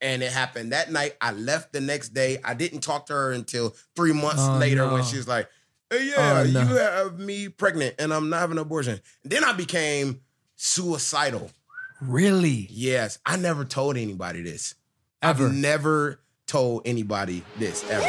and it happened that night. I left the next day. I didn't talk to her until three months later when she was like, "Hey, "Yeah, Oh, no. you have me pregnant, and I'm not having an abortion." Then I became suicidal. Really? Yes, I never told anybody this. Ever. I've never told anybody this ever.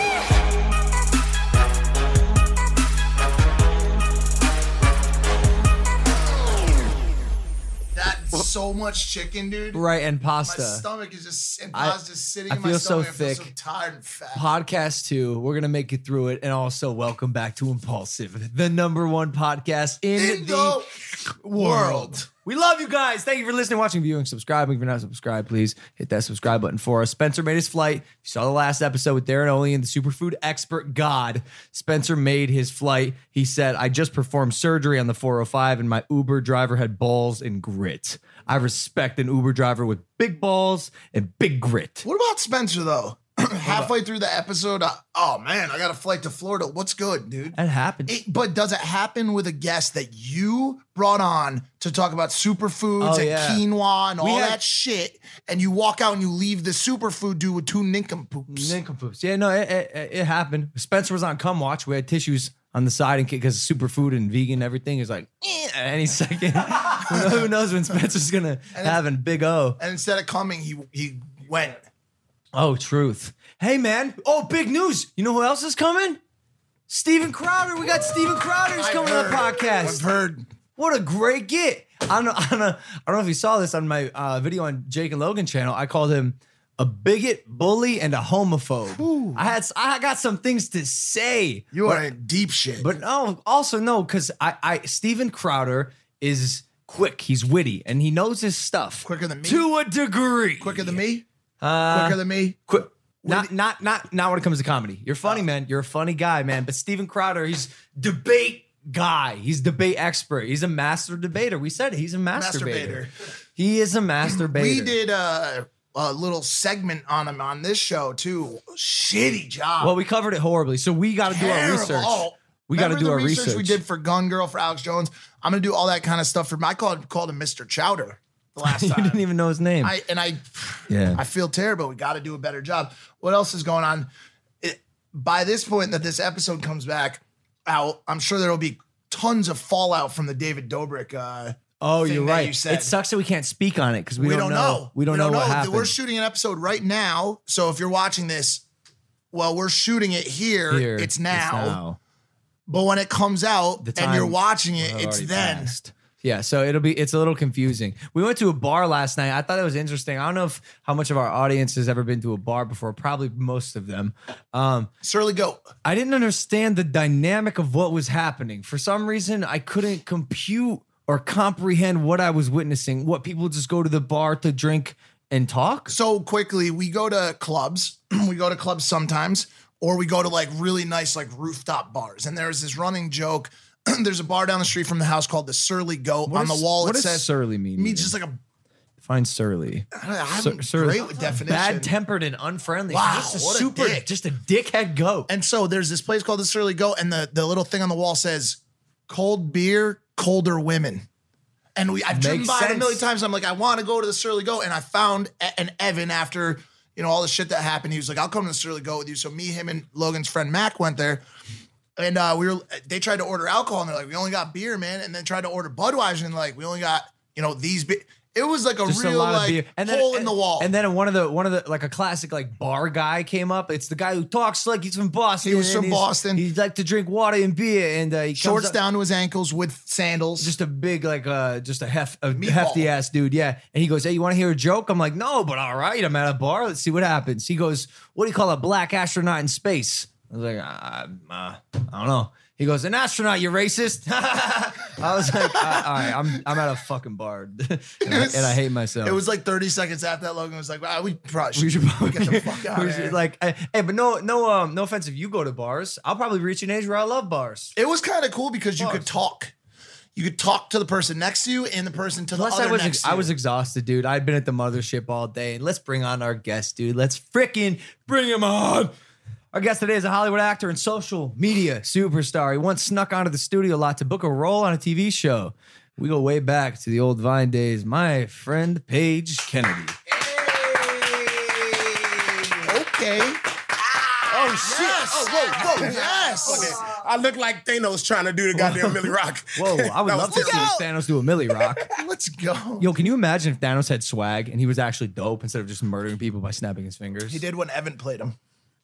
That's so much chicken, dude. Right, and My pasta. stomach is just and I- pasta's just sitting I in my feel so stomach. I feel so thick. tired and fat. podcast two. We're gonna make it through it, and also welcome back to Impulsive, the number one podcast in, in the the world. world. We love you guys. Thank you for listening, watching, viewing, subscribing. If you're not subscribed, please hit that subscribe button for us. Spencer made his flight. You saw the last episode with Darren Oley and the superfood expert God. Spencer made his flight. He said, I just performed surgery on the 405 and my Uber driver had balls and grit. I respect an Uber driver with big balls and big grit. What about Spencer though? Halfway through the episode, I, oh man, I got a flight to Florida. What's good, dude? That happens. It- but does it happen with a guest that you brought on to talk about superfoods Oh, and yeah. quinoa and We all had- that shit? And you walk out and you leave the superfood dude with two nincompoops. Nincompoops. Yeah, no, it, it, it happened. Spencer was on Come Watch. We had tissues on the side because superfood and vegan and everything is like eh, at any second. who, knows, who knows when Spencer's gonna have a big O. and instead of coming, he he went. Oh, truth. Hey, man. Oh, big news. You know who else is coming? Steven Crowder. We got Steven Crowder's coming on the I've podcast. heard. What a great get. I don't, I don't, know, I don't know if you saw this on my uh, video on Jake and Logan channel. I called him a bigot, bully, and a homophobe. I had I got some things to say. You are in deep shit. But no, also no, because I, I Steven Crowder is quick. He's witty and he knows his stuff Quicker than me? to a degree. quicker than me. Uh, quicker than me. quick. Not, not, not, not when it comes to comedy. You're Oh. funny, man. You're a funny guy, man. But Steven Crowder, he's debate guy. He's debate expert. He's a master debater. We said it. He's a masturbator. Masturbator. He is a masturbator. We did a, a little segment on him on this show too. Shitty job. Well, we covered it horribly. So we got to do our Terrible. research. Oh, we got to remember do the our research, research. We did for Gun Girl for Alex Jones. I'm gonna do all that kind of stuff for my called called him Mr. Chowder the last you time. didn't even know his name. I and I Yeah. I feel terrible. We got to do a better job. What else is going on? It, by this point that this episode comes back out, I'm sure there will be tons of fallout from the David Dobrik. Uh, Oh, thing you're that right. you said. It sucks that we can't speak on it because we, we, don't, know. We don't, know, what happened. We're shooting an episode right now, so if you're watching this, well, we're shooting it here. Here, it's, now, But when it comes out The and you're time watching it, Well, it it's already then. passed. Yeah, so it'll be it's a little confusing. We went to a bar last night. I thought it was interesting. I don't know if how much of our audience has ever been to a bar before. Probably most of them. Um, Surly Goat. I didn't understand the dynamic of what was happening. For some reason, I couldn't compute or comprehend what I was witnessing. What people just go to the bar to drink and talk. So quickly, we go to clubs. we go to clubs sometimes, or we go to like really nice like rooftop bars. And there's this running joke. there's a bar down the street from the house called the Surly Goat. What On does- the wall, what it does says surly mean? means just like a Find surly. I'm Sur- sur- great with definition. Bad tempered and unfriendly. Wow, just a what a super, dick. just a dickhead goat. And so there's this place called the Surly Goat, and the, the little thing on the wall says, cold beer, colder women. And we I've driven Makes by it a sense. million times. I'm like, I want to go to the Surly Goat. And I found E- an Evan after, you know, all the shit that happened. He was like, I'll come to the Surly Goat with you. So me, him, and Logan's friend Mac went there. And uh, we were they tried to order alcohol and they're like, we only got beer, man. And then tried to order Budweiser and like we only got, you know, these be- it was like a Just real a lot of like beer. And hole then, in the wall. And then one of the one of the like a classic like bar guy came up. It's the guy who talks like he's from Boston. He was and from he's- Boston. He'd like to drink water and beer, and uh, he shorts comes up- down to his ankles with sandals. Just a big like uh just a hef a Meatball. hefty ass dude, yeah. And he goes, "Hey, you want to hear a joke?" I'm like, "No, but all right, I'm at a bar. Let's see what happens." He goes, "What do you call a black astronaut in space?" I was like, uh, uh, "I don't know." He goes, an astronaut, you racist. I was like, all all right, I'm I'm at a fucking bar, and, I, and I hate myself. It was like 30 seconds after that Logan was like, wow, we probably should, We should probably get the fuck out we of should, here. Like, I- hey, but no, no, um, no offense if you go to bars. I'll probably reach an age where I love bars. it was kind of cool because you could Was. talk. You could talk to the person next to you and the person to Plus, the I other was next ex- to I you. was exhausted, dude. I'd been at the mothership all day. Let's bring on our guest, dude. Let's freaking bring him on. Our guest today is a Hollywood actor and social media superstar. He once snuck onto the studio lot to book a role on a TV show. We go way back to the old Vine days. My friend Paige Kennedy. okay. oh shit! Oh whoa, whoa, yes. Okay. I look like Thanos trying to do the goddamn Millie Rock. Whoa, I would That love was to see terrible. Thanos do a Millie Rock. Let's go. Yo, can you imagine if Thanos had swag and he was actually dope instead of just murdering people by snapping his fingers? He did when Evan played him.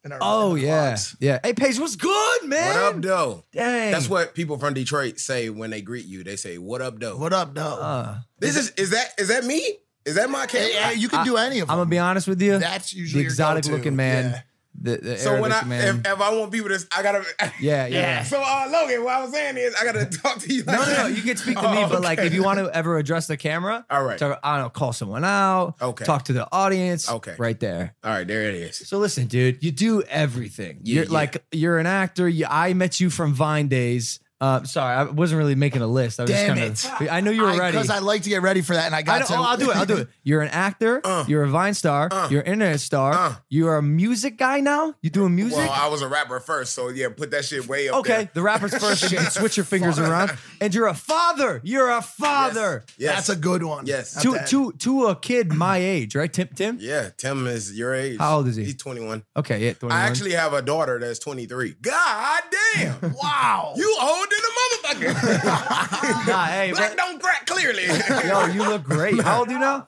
in our- Oh in the yeah, vlogs. yeah. Hey Paige, what's good, man? What up, though? Dang. That's what people from Detroit say when they greet you. They say, "What up, though?" What up, though? Uh, This is is that is that me? Is that my camera? Hey, hey, you can do any of them. I'm gonna be honest with you. That's usually the your exotic go-to. looking man. Yeah. The, the so when I Arabic man. if, if I want people to, I gotta. yeah, yeah. So uh, Logan, what I was saying is, I gotta talk to you. Like No, no, no. that. You can speak to Oh, me, but like, okay. if you want to ever address the camera, All right. talk- I don't know, call someone out. Okay. Talk to the audience. Okay. Right there. All right, there it is. So listen, dude, you do everything. Yeah, you're yeah. like you're an actor. You, I met you from Vine days. Uh, sorry, I wasn't really making a list. I was Damn just kind of. I know you were ready. Because I like to get ready for that, and I I got don't, to. oh, I'll do it. I'll do it. You're an actor. Uh. you're a Vine star. you're an internet star. you're a music guy now. You doing music? Well, I was a rapper first, so yeah, put that shit way up. okay, there. the rapper's first. and you can switch your fingers around. And you're a father. You're a father. Yes. That's a good one. Yes. That's To that. to to a kid my age, right? Tim Tim. Yeah, Tim is your age. How old is he? He's 21. Okay, yeah. 21. I actually have a daughter that's 23. God damn. wow. you older than a motherfucker. Nah, hey, Black don't crack clearly. yo, you look great. How old do you now?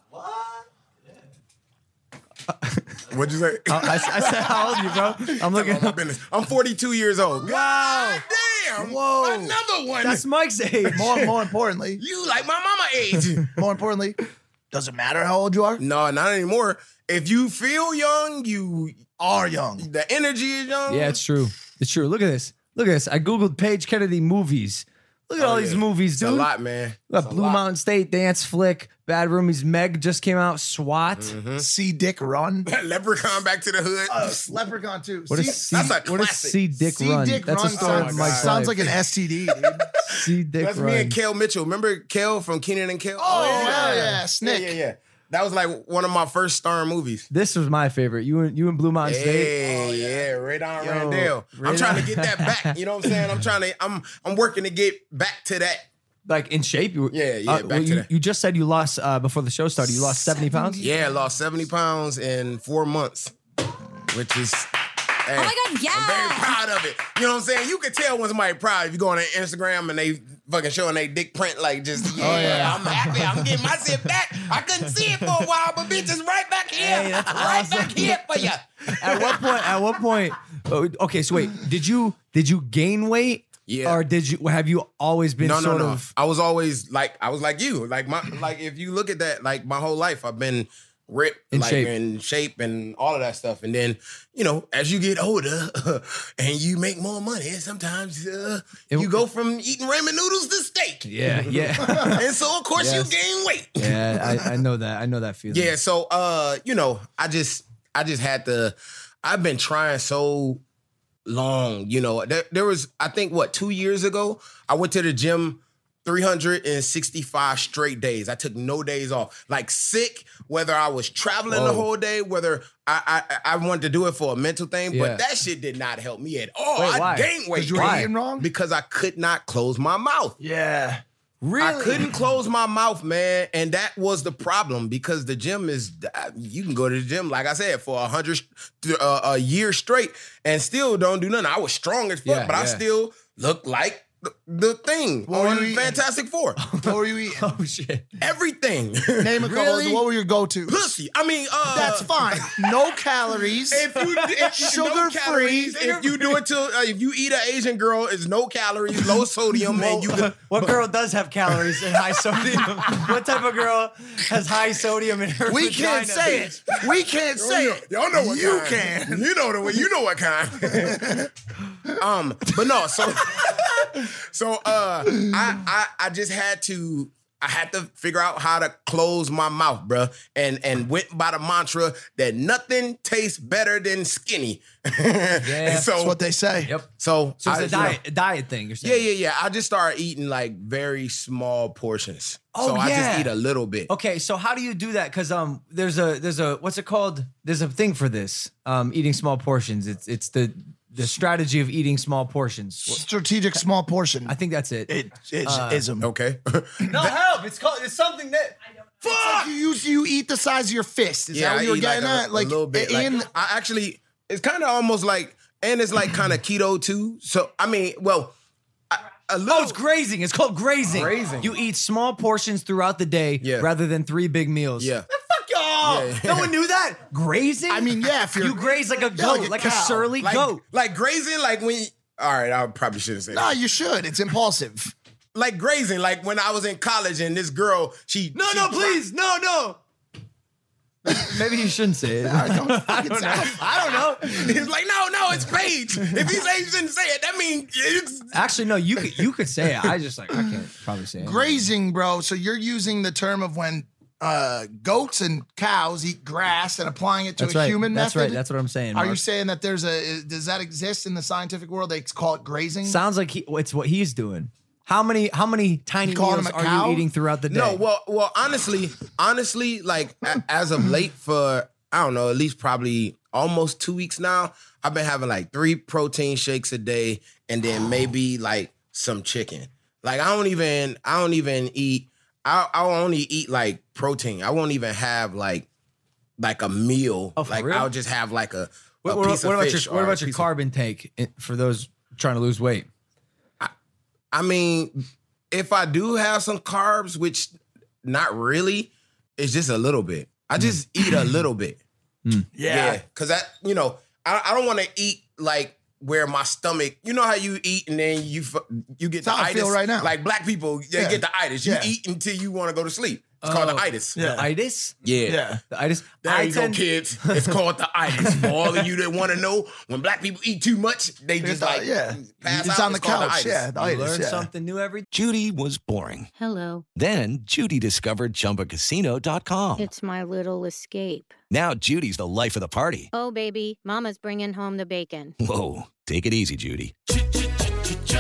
What'd you say? I, I said, how old are you, bro? I'm looking. About my business. I'm 42 years old. God damn. Whoa. Another one. That's Mike's age. more, more importantly, you like my mama age. more importantly, doesn't matter how old you are. no, not anymore. If you feel young, you Are young. the energy is young. Yeah, it's true. It's true. Look at this. Look at this. I googled Paige Kennedy movies. Look at all these Oh, yeah. movies, it's a dude. lot, man. Look at It's a Blue lot. Mountain State dance flick. Bad Roomies. Meg just came out. SWAT. Mm-hmm. See Dick run. Leprechaun back to the hood. Uh, Leprechaun too. What See- is C? that's a What is classic. C Dick See Run? Dick That's run a story sounds, of my Mike's sounds life. like an STD, dude. C Dick That's Run. me and Kel Mitchell. Remember Kel from Keenan and Kel? Oh, yeah, yeah, Snick. Yeah, yeah, yeah. That was like one of my first starring movies. This was my favorite. You and you and Blue Mountain State. Hey, Oh, yeah, Radon Yo, Randell. I'm Radon- trying to get that back. You know what I'm saying? I'm trying to. I'm I'm working to get back to that. Like in shape. You were, Yeah, yeah, uh, back well, to you, that. you just said you lost uh, before the show started. You lost seventy pounds. Yeah, I lost 70 pounds in four months, which is. hey, Oh my God, yeah. I'm very proud of it. You know what I'm saying? You can tell when somebody proud if you go on their Instagram and they fucking showing they dick print like just, Oh, yeah, I'm happy. I'm getting my shit back. I couldn't see it for a while, but bitch, it's right back here. Hey, right that's back here for you. at what point? At what point? oh, Okay, so wait, did you did you gain weight? Yeah. Or did you have you always been No, no, sort no. of? I was always like, I was like you. Like my like if you look at that, like my whole life I've been ripped, In like shape. in shape and all of that stuff. And then, you know, as you get older and you make more money, sometimes uh, It- you go from eating ramen noodles to steak. Yeah, yeah, and so of course Yes. you gain weight. yeah. I, I know that. I know that feeling. Yeah, so uh, you know, I just I just had to I've been trying so long, you know. There, there was I think what 2 years ago, I went to the gym 365 straight days. I took no days off. Like sick, whether I was traveling the Whoa. whole day, whether I I, I wanted to do it for a mental thing, Yeah. but that shit did not help me at all. Wait, I why? gained weight. you were Why? eating wrong. Because I could not close my mouth. Yeah. really. I couldn't close my mouth, man, and that was the problem because the gym is you can go to the gym like I said for a hundred uh, a year straight and still don't do nothing. I was strong as fuck, Yeah, but I yeah. still look like the, the thing What were on you eating? Fantastic Four. What were you eating? Oh shit. Everything, Name a Really? couple. What were your go-to? pussy. I mean, uh, That's fine. No calories. If you if you- no Sugar calories, free. if you do it till uh, if you eat an Asian girl, it's no calories, low sodium, and you can, What girl does have calories and high sodium? what type of girl has high sodium in her? we can't say it. We can't say it. Oh, Y'all know what you kind. can. You know the way. You know what kind. um, but no. So So uh I, I I just had to I had to figure out how to close my mouth, bruh. And and went by the mantra that nothing tastes better than skinny. and so That's what they say. Yep. so, So I- it's a you know, diet, a diet thing. You're saying. yeah, yeah, yeah. I just started eating like very small portions. Oh, so I yeah. just eat a little bit. Okay, so how do you do that? Because um, there's a there's a what's it called? There's a thing for this. Um, eating small portions. It's it's the the strategy of eating small portions. Strategic small portion. I think that's it. It is Uh, ism. Okay. no help. It's called. It's something that. Fuck! you, use- you eat the size of your fist. Is that what I you were eat, getting like a- at? A, little bit. Like, in- I actually, it's kind of almost like, and it's like kind of keto too. So I mean, well, I, a little. Oh, it's grazing. It's called grazing. Grazing. You eat small portions throughout the day Yeah. rather than three big meals. Yeah. Fuck y'all. Yeah. No one knew that. Grazing. I mean, yeah, if you're- you graze like a goat, Yeah, like like a a, cow. surly like, goat. Like grazing, like when. All right, I probably shouldn't say. nah, that. you should. It's impulsive. Like grazing, like when I was in college and this girl, she. No, she- no, please, no, no. Maybe you shouldn't say it. I don't, know. It's like no, no, it's Paige. if he says he shouldn't say it, that means it's Actually, no. You could you could say it. I just like I can't probably say it. Grazing, bro. So you're using the term of when uh, goats and cows eat grass and applying it to That's a right. human That's method. right. That's what I'm saying. Are Mark. you saying that there's a does that exist in the scientific world? They call it grazing. Sounds like he, it's what he's doing. How many how many tiny You calling meals him a are cow? you eating throughout the day? No, well, well, honestly, honestly, like a- as of late for I don't know, at least probably almost two weeks now, I've been having like three protein shakes a day, and Oh. then maybe like some chicken. Like I don't even, I don't even eat. I I'll only eat like protein. I won't even have like like a meal. Oh, for like real? I'll just have like a. a what, what- piece what of about fish your what or a about your piece of- carb intake in- for those trying to lose weight? I mean, if I do have some carbs, which not really, it's just a little bit. I just Mm. eat a little bit. Yeah, because that you know, I, I don't want to eat like where my stomach. You know how you eat and then you fu- you get That's the how I itis. feel right now. Like black people, they Yeah. get the itis. You Yeah. Oh. eat until you want to go to sleep. It's called the itis. The itis. yeah. Yeah. The itis. There I you tend- go, kids. It's called the itis. For all of you that want to know, when black people eat too much, they just the- like yeah. pass It's out. on the called couch, itis. yeah. The You itis, learn yeah. something new every. Judy was boring. Hello. Then Judy discovered ChumbaCasino.com. It's my little escape. Now Judy's the life of the party. Oh, baby, Mama's bringing home the bacon. Whoa, take it easy, Judy.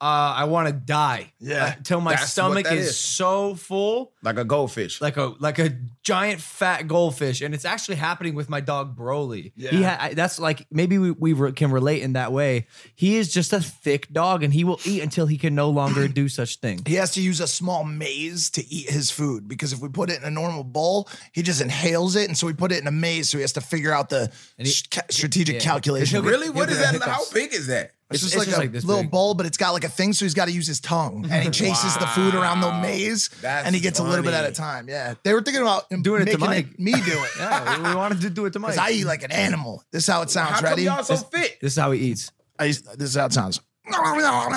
uh, I want to die. Yeah. Until my That's what stomach that is is. so full, Like a goldfish. like a like a giant fat goldfish, and it's actually happening with my dog Broly. Yeah. He ha- I, that's like maybe we we re- can relate in that way. He is just a thick dog, and he will eat until he can no longer do such thing. He has to use a small maze to eat his food because if we put it in a normal bowl, he just inhales it, and so we put it in a maze. So he has to figure out the s- ca- strategic calculation. Really? You'll What get is the that? How hiccups. big is that? It's- It's, just it's like just a like this little big. bowl, but it's got like a thing, so he's got to use his tongue, and he chases the food around the maze, That's and he gets a little bit funny. at a time. Yeah, they were thinking about Doing it to making Mike. me do it. Yeah, we- we wanted to do it to Mike. because I eat like an animal. This is how it sounds. How come Ready? y'all so fit? this is how he eats. I used- this is how it sounds.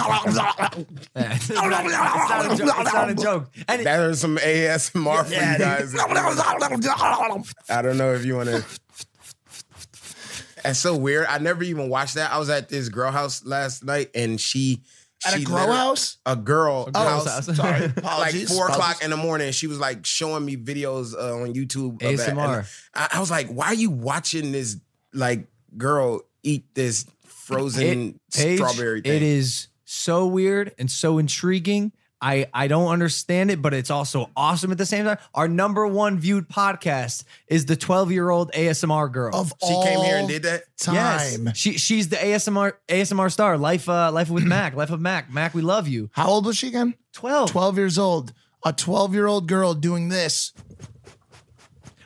Yeah. it's, not, it's not a joke. It's not a joke. And That is some ASMR for you guys. I don't know if you want to. That's so weird. I never even watched that. I was at this girl house last night, and she At a she grow literally- house? a girl girl's house. house. Sorry, Like apologies. four o'clock in the morning, she was like showing me videos uh, on YouTube. of that. And ASMR. I, I was like, "Why are you watching this like girl eat this frozen Paige, strawberry thing?" It is so weird and so intriguing. I, I don't understand it, but it's also awesome at the same time. Our number one viewed podcast is the 12 year old ASMR girl. of She all came here and did that. yes. time. She she's the ASMR ASMR star. Life uh life with Mac. Life of Mac. Mac, we love you. How old was she again? 12. 12 years old. A 12 year old girl doing this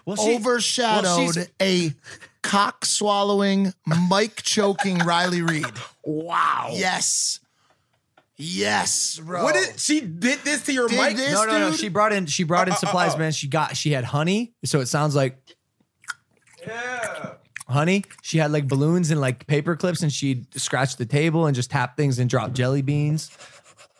Well, she- well, overshadowed she's- a cock swallowing, mic choking Riley Reed. Wow. Oh. Yes. Yes, bro. What is she did this Uh, to your Did mic? this- no, no, no. dude? She brought in she brought in supplies, man. She got she had honey, so it sounds like honey, she had like balloons and like paper clips, and she'd scratch the table and just tap things and drop jelly beans.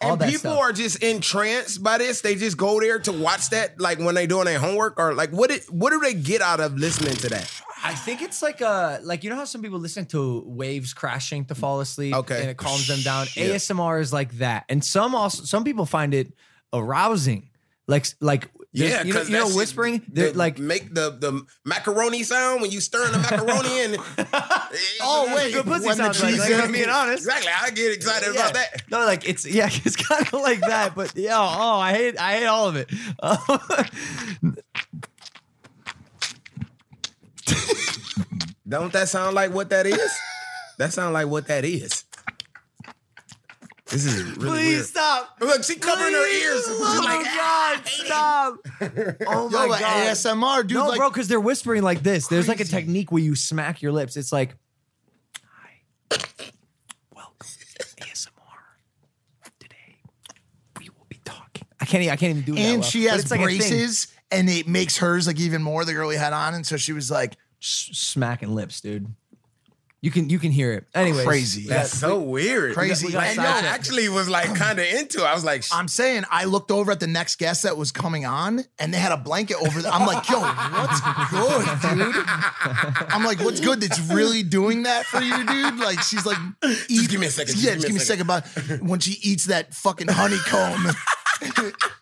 All and that people stuff. are just entranced by this. They just go there to watch that, like when they doing their homework, or like what? It, what do they get out of listening to that? I think it's like a like you know how some people listen to waves crashing to fall asleep, Okay. and it calms them down. ASMR is like that, and some also some people find it arousing, like like there's- Yeah, you know, 'cause you know that's- whispering, the- they're like make the the macaroni sound when you stirring the macaroni in. oh wait, good pussy when the sounds like, cheese like if in- I'm being honest. exactly. I get excited Yeah. about that. No, like it's yeah, it's kind of like that, but yeah. Oh, I hate I hate all of it. Don't that sound like what that is? that sound like what that is. This is really Please weird. stop. Look, she covering Please, her ears. Oh She's like, God, stop. Oh my Yo, but God. ASMR, dude. no, like, bro, because they're whispering like this. There's like a technique where you smack your lips. It's like, hi, welcome to ASMR. Today we will be talking. I can't. e- I can't even do it. that and well, she but has it's like a thing. braces, and it makes hers like even more the girl we had on, and so she was like S- Smacking lips, dude. You can you can hear it. Anyways, crazy. that's so weird. Crazy. got And And yo, yo, sidetracked. actually was like kind of into. it. I was like, sh- I'm saying I looked over at the next guest that was coming on, and they had a blanket over. The, I'm like, yo, what's good, dude? I'm like, what's good? That's really doing that for you, dude. Like, she's like, eat- give me a second, just Yeah, just give me a second. But when she eats that fucking honeycomb,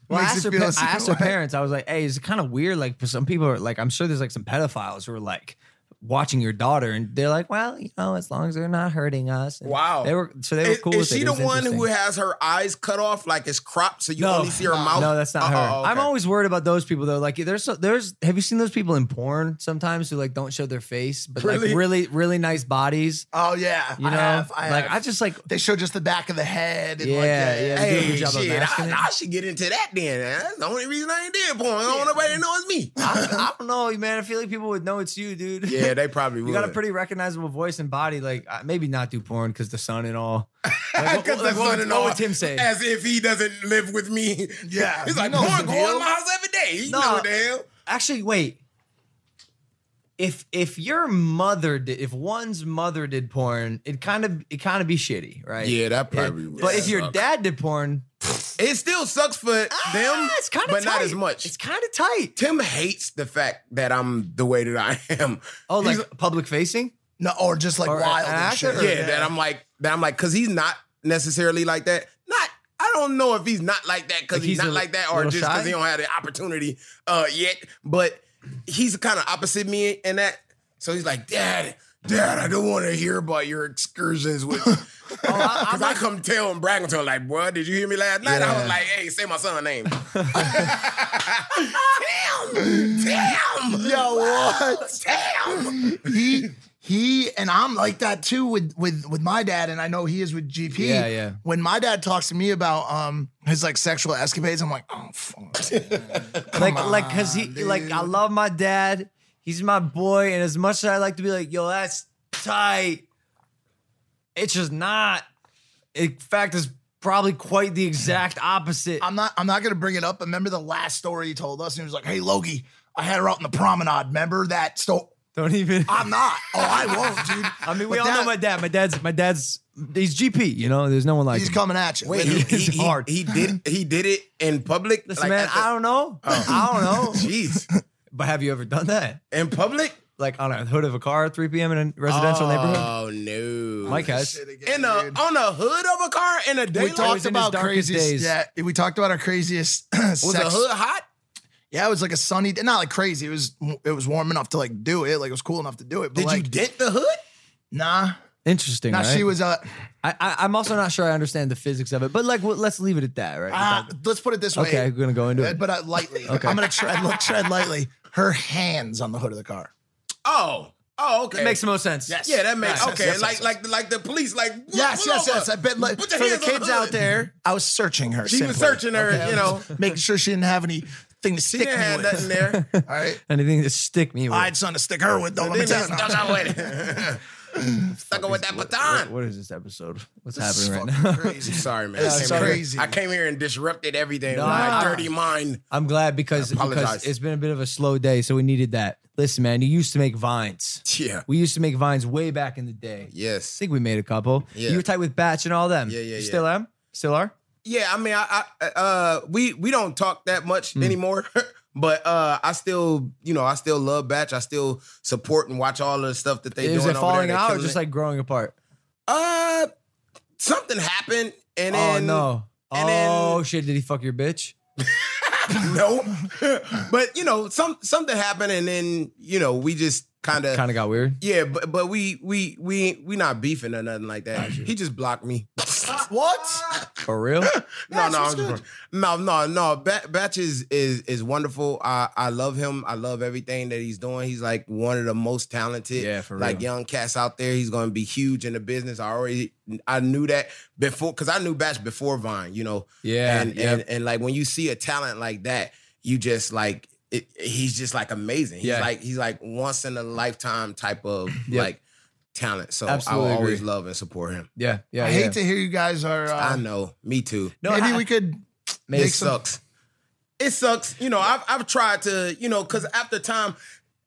Well, I makes asked, it her, feel pa- a I certain asked her way. parents. I was like, "Hey, it's kind of weird. Like, for some people are like, I'm sure there's like some pedophiles who are like watching your daughter, and they're like, well, you know, as long as they're not hurting us. And wow. They were so they were Is, cool. is with she it. It the was one who interesting. has her eyes cut off, like it's cropped, so you only see her mouth? No, that's not her. Uh-oh, okay. I'm always worried about those people though. Like there's so, there's have you seen those people in porn sometimes who like don't show their face, but Really? like really really nice bodies. oh yeah, You know, I have, I like have. I just like they show just the back of the head. And yeah like, yeah. they do a Hey, good job of shit, masking I, it. I should get into that then. That's the only reason I ain't did porn. I don't want nobody to know it's me. I don't know, man. I feel like people would know it's you, dude. yeah, they probably would. You got a pretty recognizable voice and body. Like uh, maybe not do porn because the sun and all. Like, Because like, that's son what, would- in what law. would Tim say? As if he doesn't live with me. Yeah, He's he like, knows porn the going in deal." my house every day. He Nah. know what the hell. Actually, wait. If if your mother did, if one's mother did porn, it kind of it kind of be shitty, right? Yeah, that probably would but if your suck. dad did porn, It still sucks for them, ah, it's kind of but not as much. It's kind of tight. Tim hates the fact that I'm the way that I am. Oh, like He's- public facing. No, or just like Or wild an and actor shit. or- yeah, that I'm like that I'm like because he's not necessarily like that. Not I don't know if he's not like that because Like, he's, he's not a like that or little just because shy? he don't have the opportunity uh yet. But he's kind of opposite me in that. So he's like, Dad, Dad, I don't want to hear about your excursions with. Oh, Because I come tell him, brag to him, like, boy, did you hear me last night? I Yeah. was like, hey, say my son's name. Tim! Tim! Yo, what? Tim! he he and I'm like that too with with with my dad, and I know he is with GP. Yeah, yeah. When my dad talks to me about um his like sexual escapades, I'm like, oh fuck. like like because he like I love my dad. He's my boy, and as much as I like to be like, yo, that's tight. It's just not. In fact, it's probably quite the exact opposite. I'm not I'm not gonna bring it up. but Remember the last story he told us, and he was like, hey Logie, I had her out in the promenade. Remember that? So Don't even. I'm not. Oh, I won't, dude. I mean, we But all know that- my dad. My dad's my dad's. He's GP. You know, there's no one like. He's him. coming at you. Wait, he, literally. he, It's he- hard. he did he did it in public. Listen, like, man. at the- I don't know. Oh. I don't know. Jeez. But have you ever done that? In public? Like on a hood of a car at 3 p.m. in a residential neighborhood. Oh no. Mike has. Shit again, in a dude. on a hood of a car in a we daylight. talked in his about darkest craziest. days. Yeah, we talked about our craziest was sex the hood hot? Yeah, it was like a sunny day. Not like crazy. It was it was warm enough to like do it. Like it was cool enough to do it. But Did like, you dent the hood? Nah, Interesting. nah. right? She was uh, I, I, I'm also not sure I understand the physics of it, but like, well, let's leave it at that, right? ah, let's put it this way. okay, we're gonna go into Uh, it. but uh, lightly. Okay. I'm gonna tread look, tread lightly. Her hands on the hood of the car. Oh. Oh, okay. It makes the most sense. Yes. yeah, that makes Yes, yes, okay. yes, like yes, like like the police, like pull Yes, yes, over. yes. I bet like Put for your hands the on kids hood. out there, I was searching her. She was simply. searching her, you I was making sure she didn't have anything to She stick didn't me have nothing with. there. All right, Anything that stick me with. I had something to stick her with though. Let me Then tell they you. stuck out with it. Stuck with that What- baton. what is this episode? What's This happening is right now? fucking crazy. Sorry, man. This I is came here- crazy. I came here and disrupted everything with Nah. my dirty mind. I'm glad because, I apologize. because it's been a bit of a slow day, so we needed that. Listen, man, you used to make vines. Yeah. We used to make vines way back in the day. I Yes. think we made a couple. Yeah. You were tight with Batch and all them. Yeah, yeah, You yeah. still am? Still are? Yeah, I mean, I, I uh, we we don't talk that much Hmm. anymore, but uh, I still, you know, I still love Batch. I still support and watch all of the stuff that they Is doing. it over falling there. They're out or killing just it. like growing apart? uh, something happened, and then oh, no. and then- oh, shit. Did he fuck your bitch? no, but you know, some something happened, and then you know, we just kind of Kind of got weird. yeah, but but we we we we not beefing or nothing like that. He just blocked me. What? For real? No, no, so I'm it's just- no, no, no. Ba- Batch is is is wonderful. I I love him. I love everything that he's doing. He's like one of the most talented, Yeah, for like real. young cats out there. He's going to be huge in the business. I already I knew that before because I knew Batch before Vine. You know, Yeah, and, yeah. and and like when you see a talent like that, you just like it, he's just like amazing. He's Yeah. like he's like once in a lifetime type of Yep. like talent. So Absolutely I always agree. Um, love and support him. Yeah. Yeah. I yeah. hate to hear you guys are. I Uh, know, me too. No, maybe I- we could. it make some- sucks. It sucks. You know, I've I've tried to, you know, because after time,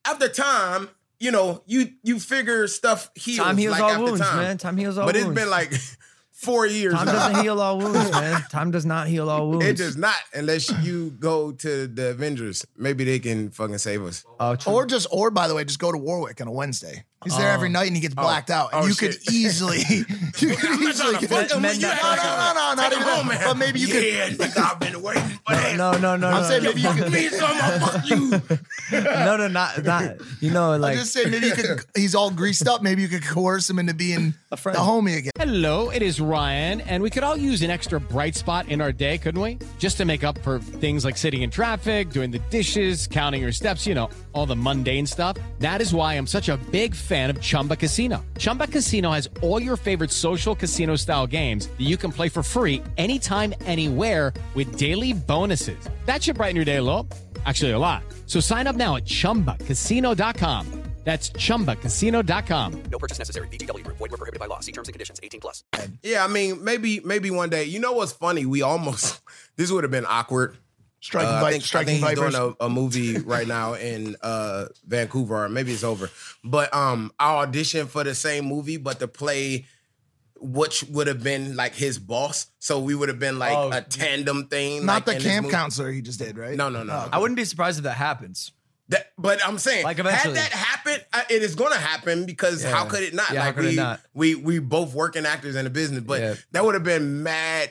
after time, you know, you you figure stuff heals. Time heals like, all after wounds, time. man. Time heals all But wounds. it's been like four years. Time now. doesn't heal all wounds, man. Time does not heal all wounds. It does not unless you go to the Avengers. Maybe they can fucking save us. Oh, true. Or just, or by the way, just go to Warwick on a Wednesday. He's there every night and he gets blacked out. Oh, you shit. could easily, you could easily. trying to fuck him no, no, no, when you no, out. no, not even that. But maybe you could. Yeah, nigga, I've been waiting for that. no, no, no, I'm no, saying no, maybe you could. Me, some I'll fuck you. no, no, not not. You know, I'm like just saying maybe you could. He's all greased up. Maybe you could coerce him into being the friend. homie again. Hello, it is Ryan, and we could all use an extra bright spot in our day, couldn't we? Just to make up for things like sitting in traffic, doing the dishes, counting your steps, you know, all the mundane stuff. That is why I'm such a big fan of Chumba Casino. Chumba Casino has all your favorite social casino style games that you can play for free anytime, anywhere with daily bonuses. That should brighten your day, a little. Actually, a lot. So sign up now at chumbacasino.com. That's chumbacasino.com. No purchase necessary. VGW Group. Void were prohibited by law. See terms and conditions. 18 plus. Yeah, I mean, maybe maybe one day. You know what's funny? We almost this would have been awkward. Striking, Uh, vi- I think, I striking think he's vipers. doing a, a movie right now in uh, Vancouver, or maybe it's over. But um, I auditioned for the same movie, but to play which would have been like his boss. So we would have been like Oh. a tandem thing. like, Not the in this camp movie. counselor he just did, right? Oh, No, no, no. no. I wouldn't be surprised if that happens. That- but I'm saying, Like, had eventually. that happened, uh, it is going to happen because how could it not? Yeah, how like could it we, not? we, we both working actors in the business, but Yeah. that would have been mad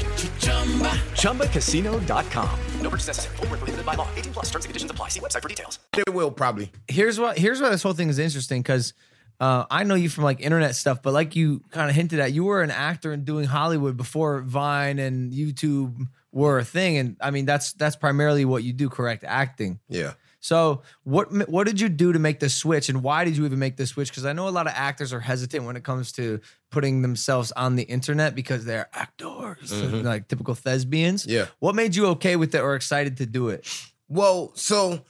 ChumbaCasino.com. No purchase necessary. Void were prohibited by law. 18 plus. Terms and conditions apply. See website for details. It will probably. Here's what. Here's why this whole thing is interesting because uh, I know you from like internet stuff, but like you kind of hinted at, you were an actor and doing Hollywood before Vine and YouTube were a thing, and I mean that's that's primarily what you do, correct? Acting. Yeah. So what ma- what did you do to make the switch, and why did you even make the switch? Because I know a lot of actors are hesitant when it comes to putting themselves on the internet because they're actors, like typical thespians. Mm-hmm. Yeah. What made you okay with it or excited to do it? Well, so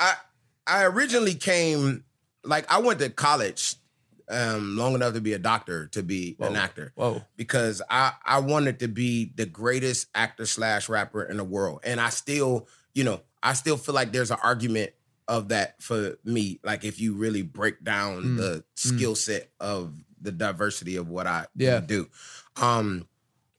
I I originally came like I went to college um long enough to be a doctor to be an actor. Whoa. Because I I wanted to be the greatest actor slash rapper in the world. And I still, you know, I still feel like there's an argument of that for me. Like if you really break down Mm. the skill set of the diversity of what I Yeah. do. Um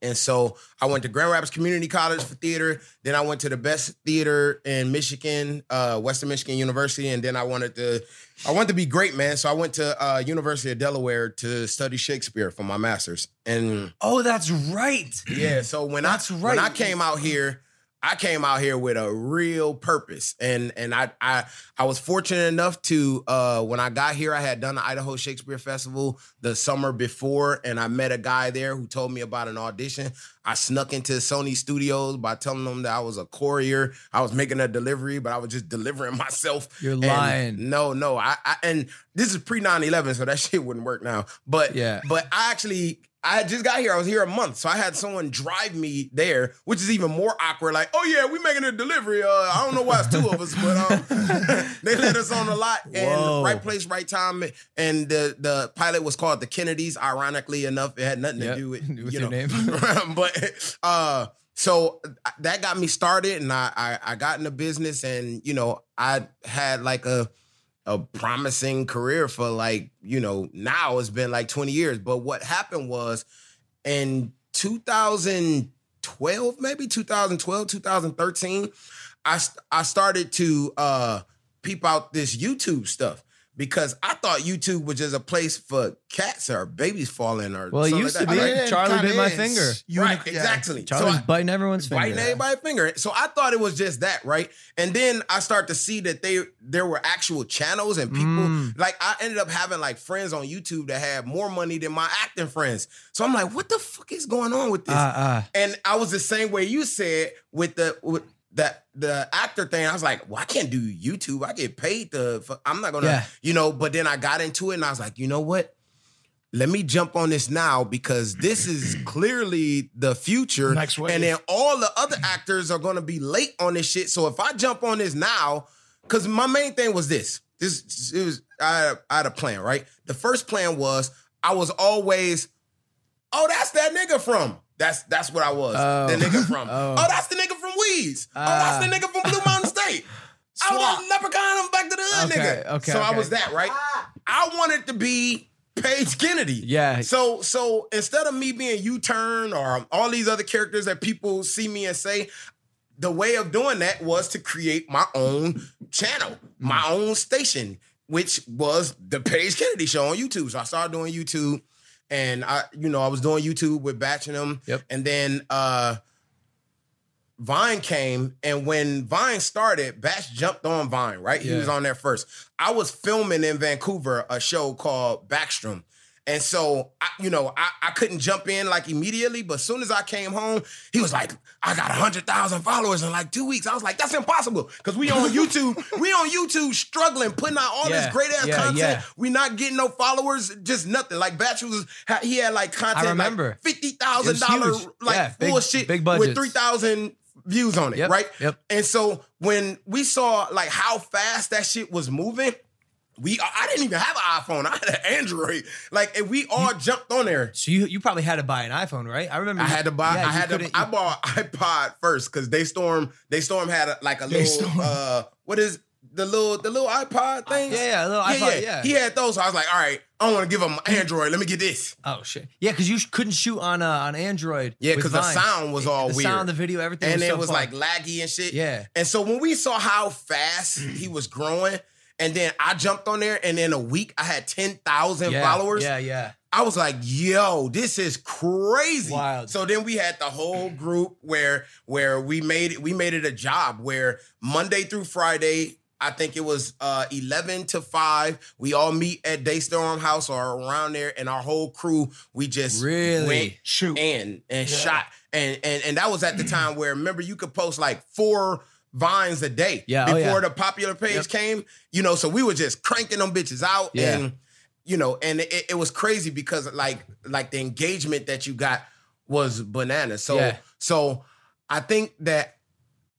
and so I went to Grand Rapids Community College for theater. Then I went to the best theater in Michigan, uh, Western Michigan University. And then I wanted to, I wanted to be great, man. So I went to uh, University of Delaware to study Shakespeare for my master's. And Oh, that's right. yeah, so when I, That's when I right. came out here, I came out here with a real purpose, and and I I I was fortunate enough to uh, when I got here, I had done the Idaho Shakespeare Festival the summer before, and I met a guy there who told me about an audition. I snuck into Sony Studios by telling them that I was a courier. I was making a delivery, but I was just delivering myself. You're And lying. No, no. I, I and this is pre 9-11, so that shit wouldn't work now. But Yeah. but I actually I had just got here. I was here a month, so I had someone drive me there, which is even more awkward. Like, oh yeah, we making a delivery. Uh, I don't know why it's two of us, but um, they let us on the lot and Whoa. right place, right time. And the the pilot was called the Kennedys. Ironically enough, it had nothing Yeah, to do with, with you your know, name. but uh, so uh, that got me started, and I, I I got into business, and you know I had like a a promising career for like you know now it's been like 20 years but what happened was in 2012 maybe 2012 2013 i st- i started to uh peep out this youtube stuff because i thought youtube was just a place for cats or babies falling or Well, it something used like to that. be. Right, Like, Charlie bit my finger. right, exactly Charlie's so I- biting everyone's finger. Uh, biting everybody's finger. So I thought it was just that, right? And then I start to see that they there were actual channels and people Mm. like I ended up having like friends on YouTube that had more money than my acting friends. So I'm like, what the fuck is going on with this? Uh, And I was the same way you said with the with that the actor thing. I was like, well, I can't do YouTube. I get paid to. fu- I'm not gonna, Yeah. you know. But then I got into it and I was like, you know what? Let me jump on this now because this is clearly the future. Next wave. And then all the other actors are gonna be late on this shit. So if I jump on this now, because my main thing was this. This it was I, I had a plan, right? The first plan was I was always Oh, that's that nigga from. That's that's what I was. Oh. The nigga from. Oh. Ah. Oh. that's the nigga from Weeds. oh, that's the nigga from Blue Mountain State. Oh, that's Leprechaun. I'm back to the hood, Okay, nigga. okay, So okay. I was that, right? I wanted to be Paige Kennedy. Yeah. So so instead of me being U-turn or all these other characters that people see me and say, the way of doing that was to create my own channel, Mm. my own station, which was the Paige Kennedy show on YouTube. So I started doing YouTube and I, you know, I was doing YouTube with batching them. Yep. And then uh Vine came, and when Vine started, Batch jumped on Vine, right? He Yeah. was on there first. I was filming in Vancouver a show called Backstrom. And so, I, you know, I, I couldn't jump in like immediately, but as soon as I came home, he was like, I got 100,000 followers in like two weeks. I was like, that's impossible because we on YouTube, we on YouTube struggling, putting out all Yeah, this great ass yeah, content. yeah. We not getting no followers, just nothing. Like Batch was, he had like content, remember. like $50,000 huge. like Yeah, big- bullshit big with budgets. 3,000 views on it, Yep, right? yep. And so when we saw like how fast that shit was moving, we I I didn't even have an iPhone. I had an Android. Like and we all jumped on there. so you you probably had to buy an iPhone, right? I remember. I you- had to buy. yeah, I you had to. couldn't- I bought iPod first because they storm. They storm had a, like a little. Storm. uh What is the little the little iPod thing? yeah, yeah, a little iPod, yeah. He had those. So I was like, all right, I don't want to give him Android. Let me get this. Oh shit! Yeah, because you sh- couldn't shoot on uh, on Android. Yeah, with because the Vine. sound was all the weird. sound, the video, everything, and was it so was fun. like laggy and shit. Yeah. And so when we saw how fast he was growing, and then I jumped on there, and in a week I had ten thousand yeah, followers. Yeah, yeah. I was like, "Yo, this is crazy!" Wild. So then we had the whole group where where we made it, we made it a job where Monday through Friday. I think it was uh, 11 to 5. We all meet at Daystorm House or around there, and our whole crew, we just Really? went Shoot. and and shot and and and that was at the time where remember you could post like four vines a day Yeah, oh, before yeah. the popular page Yep. came you know so we were just cranking them bitches out Yeah. and you know and it, it was crazy because like like the engagement that you got was bananas so Yeah. so i think that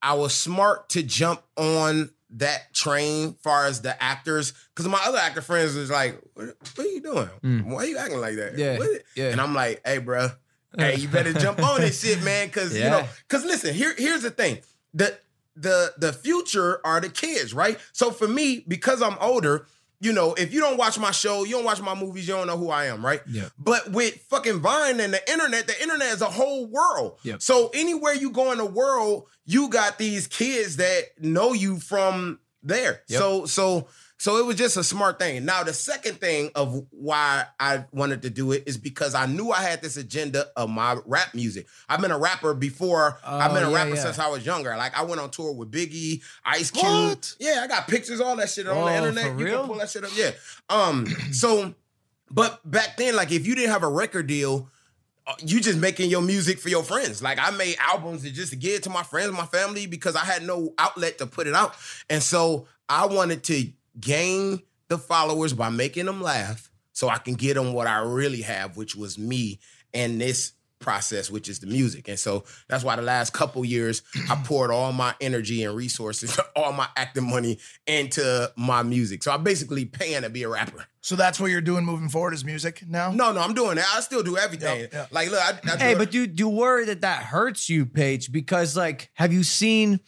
i was smart to jump on that train far as the actors because my other actor friends was like what, what are you doing why are you acting like that Mm. Yeah, What- yeah. and i'm like hey bruh hey, you better jump on this shit, man. Cause you Yeah. know, cause listen, here, here's the thing. The the the future are the kids, right? So for me, because I'm older, you know, if you don't watch my show, you don't watch my movies, you don't know who I am, right? Yeah. But with fucking Vine and the internet, the internet is a whole world. Yeah. So anywhere you go in the world, you got these kids that know you from there. So so So it was just a smart thing. Now, the second thing of why I wanted to do it is because I knew I had this agenda of my rap music. I've been a rapper before. I've been a Oh, yeah, rapper yeah. since I was younger. Like I went on tour with Biggie, Ice Cube. What? Yeah, I got pictures, all that shit on Whoa, the for internet. You real? can pull that shit up. Yeah. Um, so but back then, like if you didn't have a record deal, uh, you just making your music for your friends. Like I made albums to just to give to my friends, my family, because I had no outlet to put it out. And so I wanted to gain the followers by making them laugh so I can get them what I really have, which was me and this process, which is the music. And so that's why the last couple years I poured all my energy and resources, all my acting money into my music. So I'm basically paying to be a rapper. So that's what you're doing moving forward is music now? No, no, I'm doing that. I still do everything. Yep, yep. Like, look, I, I Hey, do- but do do you worry that that hurts you, Paige? Because like, have you seen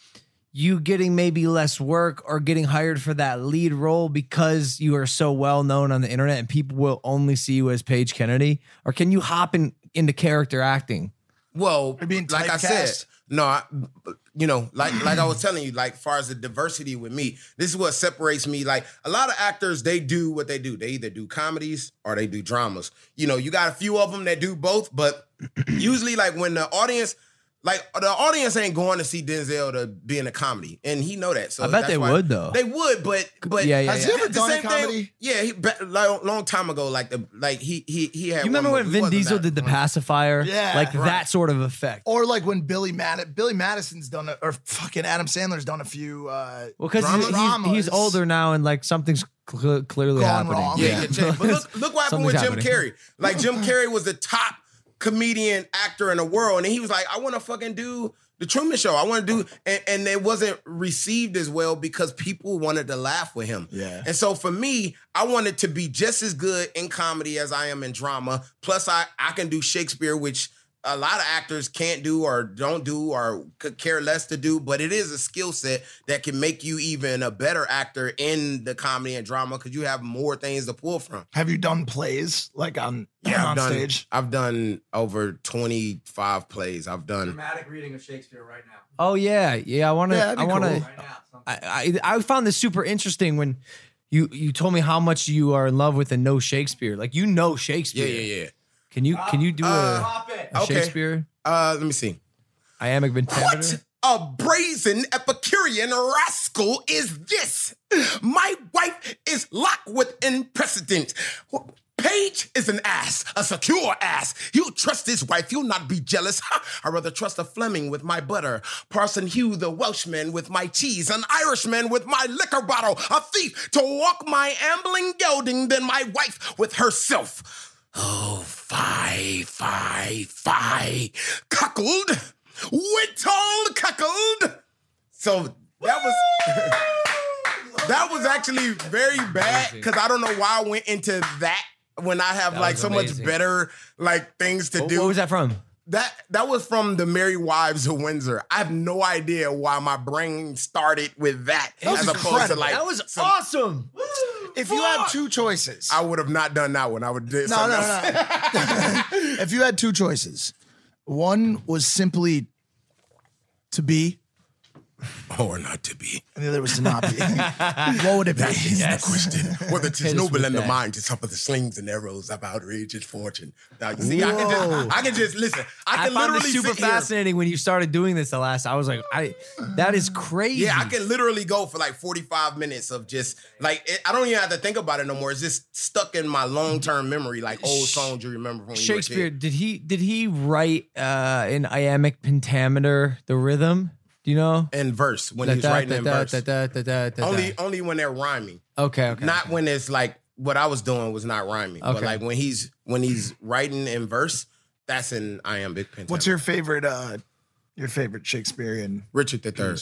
you getting maybe less work or getting hired for that lead role because you are so well known on the internet and people will only see you as Paige Kennedy? Or can you hop in into character acting? well, You're being like I typecast. said, no, I, you know, like like I was telling you, like far as the diversity with me, this is what separates me. Like a lot of actors, they do what they do. They either do comedies or they do dramas. You know, you got a few of them that do both, but usually, like when the audience. Like the audience ain't going to see Denzel to be in a comedy, and he know that. So I bet that's they why- would, though. They would, but but Yeah, yeah, Has he yeah. ever The done a same thing- comedy? yeah, he ba- long, long time ago, like the like he he he had. You remember one when movie. Vin Wasn't Diesel that- did the pacifier? Yeah, like right. that sort of effect. Or like when Billy Mad Billy Madison's done a, or fucking Adam Sandler's done a few uh well, because he's, he's, dramas. he's older now and like something's cl- clearly Gone happening. wrong. Yeah, yeah. check. But look, look what happened with Jim Something's Carrey. Like Jim Carrey was the top comedian actor in the world, and he was like, "I want to fucking do the Truman Show. I want to do," and, and it wasn't received as well because people wanted to laugh with him. Yeah. And so for me, I wanted to be just as good in comedy as I am in drama. Plus, I I can do Shakespeare, which a lot of actors can't do or don't do or could care less to do, but it is a skill set that can make you even a better actor in the comedy and drama because you have more things to pull from. Have you done plays like on on done, stage? I've done over 25 plays. I've done. dramatic reading of Shakespeare right now. Oh yeah, yeah. I want Yeah, to. that'd be I want cool. to. Right now. something. I, I I found this super interesting when you you told me how much you are in love with and know Shakespeare. Like you know Shakespeare. Yeah, yeah, yeah. Can you can you do a, Stop it. a okay. Shakespeare? Uh, let me see. Iambic What pentameter. a brazen Epicurean rascal is this? My wife is locked with precedent. Page is an ass, a secure ass. He'll trust his wife. He'll not be jealous. Ha! I'd rather trust a Fleming with my butter, Parson Hugh the Welshman with my cheese, an Irishman with my liquor bottle, a thief to walk my ambling gelding than my wife with herself. Oh, fie, fie, fie. Cuckold, whittled cuckold. So that was that was actually very bad because I don't know why I went into that when I have like was so amazing. much better like things to What, do. what was that from? That that was from the Merry Wives of Windsor. I have no idea why my brain started with that, was as opposed to incredible. like that was some- awesome. If you had two choices, I would have not done that one. I would did no, something no, else. no. if you had two choices, one was simply to be, or not to be. and the other was to not be. what would it be? Question: Whether 'tis us noble with in the that. mind to suffer the slings and arrows of outrageous fortune. Now you see, I can, Whoa. just, I can just listen. I I, can found literally this super sit here fascinating when you started doing this. The last I was like, I that is crazy. Yeah, I can literally go for like 45 minutes of just like it, I don't even have to think about it no more. It's just stuck in my long term memory, like old songs you remember from when you were a kid. Shakespeare did he did he write uh in iambic pentameter the rhythm? Do you know? in verse when Da- he's da- writing da- in da- verse. da- da- da- da- da- Only da. only when they're rhyming, okay, okay. not when it's like what I was doing was not rhyming, but Okay. like when he's when he's writing in verse, that's in iambic pentameter. What's your favorite? uh your favorite Shakespearean? Richard the Third,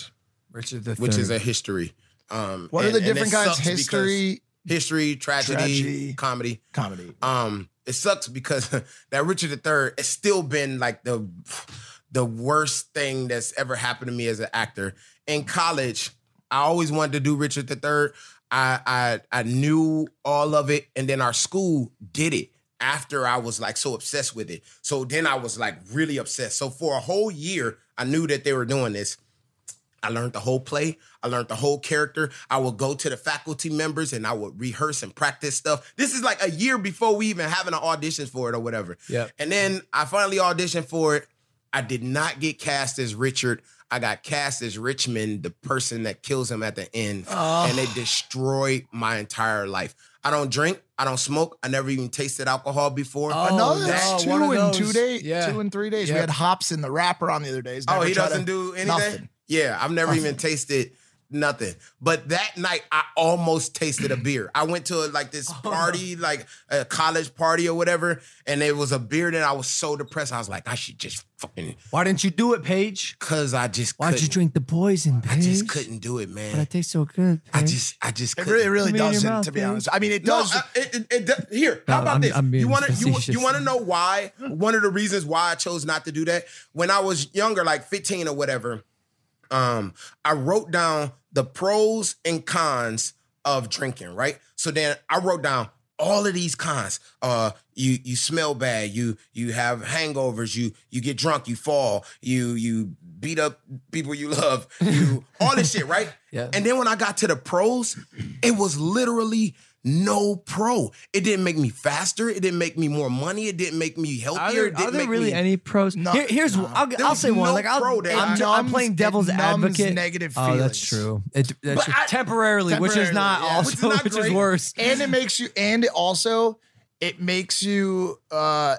Richard the which is Third. a history. Um, What and- are and the it different kinds? sucks because History, history, tragedy, Tragedy. comedy. comedy. Um, it sucks because that Richard III has still been like the the worst thing that's ever happened to me as an actor. In college, I always wanted to do Richard III. I I I knew all of it, and then our school did it after I was like so obsessed with it. So then I was like really obsessed. So for a whole year, I knew that they were doing this. I learned the whole play. I learned the whole character. I would go to the faculty members and I would rehearse and practice stuff. This is like a year before we even having an audition for it or whatever. Yep. And then I finally auditioned for it. I did not get cast as Richard. I got cast as Richmond, the person that kills him at the end. And it destroyed my entire life. I don't drink. I don't smoke. I never even tasted alcohol before. Another Oh, no, Oh, that's two one of in two those. days, Yeah. two and three days. Yep. We had hops in the wrapper on the other days. Oh, he doesn't do anything. Nothing. Yeah, I've never even tasted nothing. But that night, I almost tasted a beer. I went to like this Oh, party, like a college party or whatever, and it was a beer that I was so depressed. I was like, I should just fucking Why didn't you do it, Paige? because I just Why couldn't, don't you drink the poison, Paige? I just couldn't do it, But man. it tastes so good. I Paige. just, I just It couldn't. really, it really Put it in your doesn't, mouth, to be dude. honest. I mean, it No, does. uh, it, it, it, does- here. No, How about I'm- this? I'm being you want to you, facetious. you want to know why? One of the reasons why I chose not to do that when I was younger, like fifteen or whatever. Um, I wrote down the pros and cons of drinking. Right. So then I wrote down all of these cons. Uh, you you smell bad. You you have hangovers. You you get drunk. You fall. You you beat up people you love. You all this shit. Right. Yeah. And then when I got to the pros, it was literally no pro. It didn't make me faster. It didn't make me more money. It didn't make me healthier. Are there, it didn't are there make really me- any pros? No, Here- here's no. I'll, I'll was say one. no like I'll, pro that I'm, I- I'm numbs- playing it devil's numbs advocate. negative Oh, that's feelings. true. It, that's But true. I- temporarily, which is Temporarily, not yeah. also Which which is is, not great. worse. and it makes you and it also it makes you uh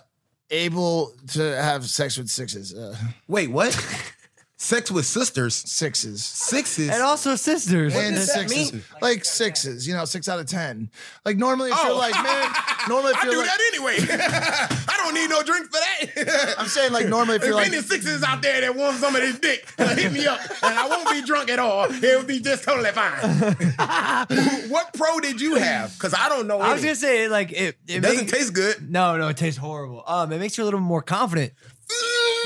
able to have sex with sixes uh Wait, what? Sex with sisters, sixes sixes. And also sisters. and does that sixes mean? like sixes you know six out of ten like normally if you're Oh. like man normally if I you're do like, that anyway. I don't need no drink for that. i'm saying like normally if If you're like any sixes out there that want some of this dick, uh, hit me up, and I won't be drunk at all. It would be just totally fine. what pro did you have? Because I don't know. I was any. gonna say like it. It, it doesn't make- taste good. No, no, it tastes horrible. Um, it makes you a little more confident.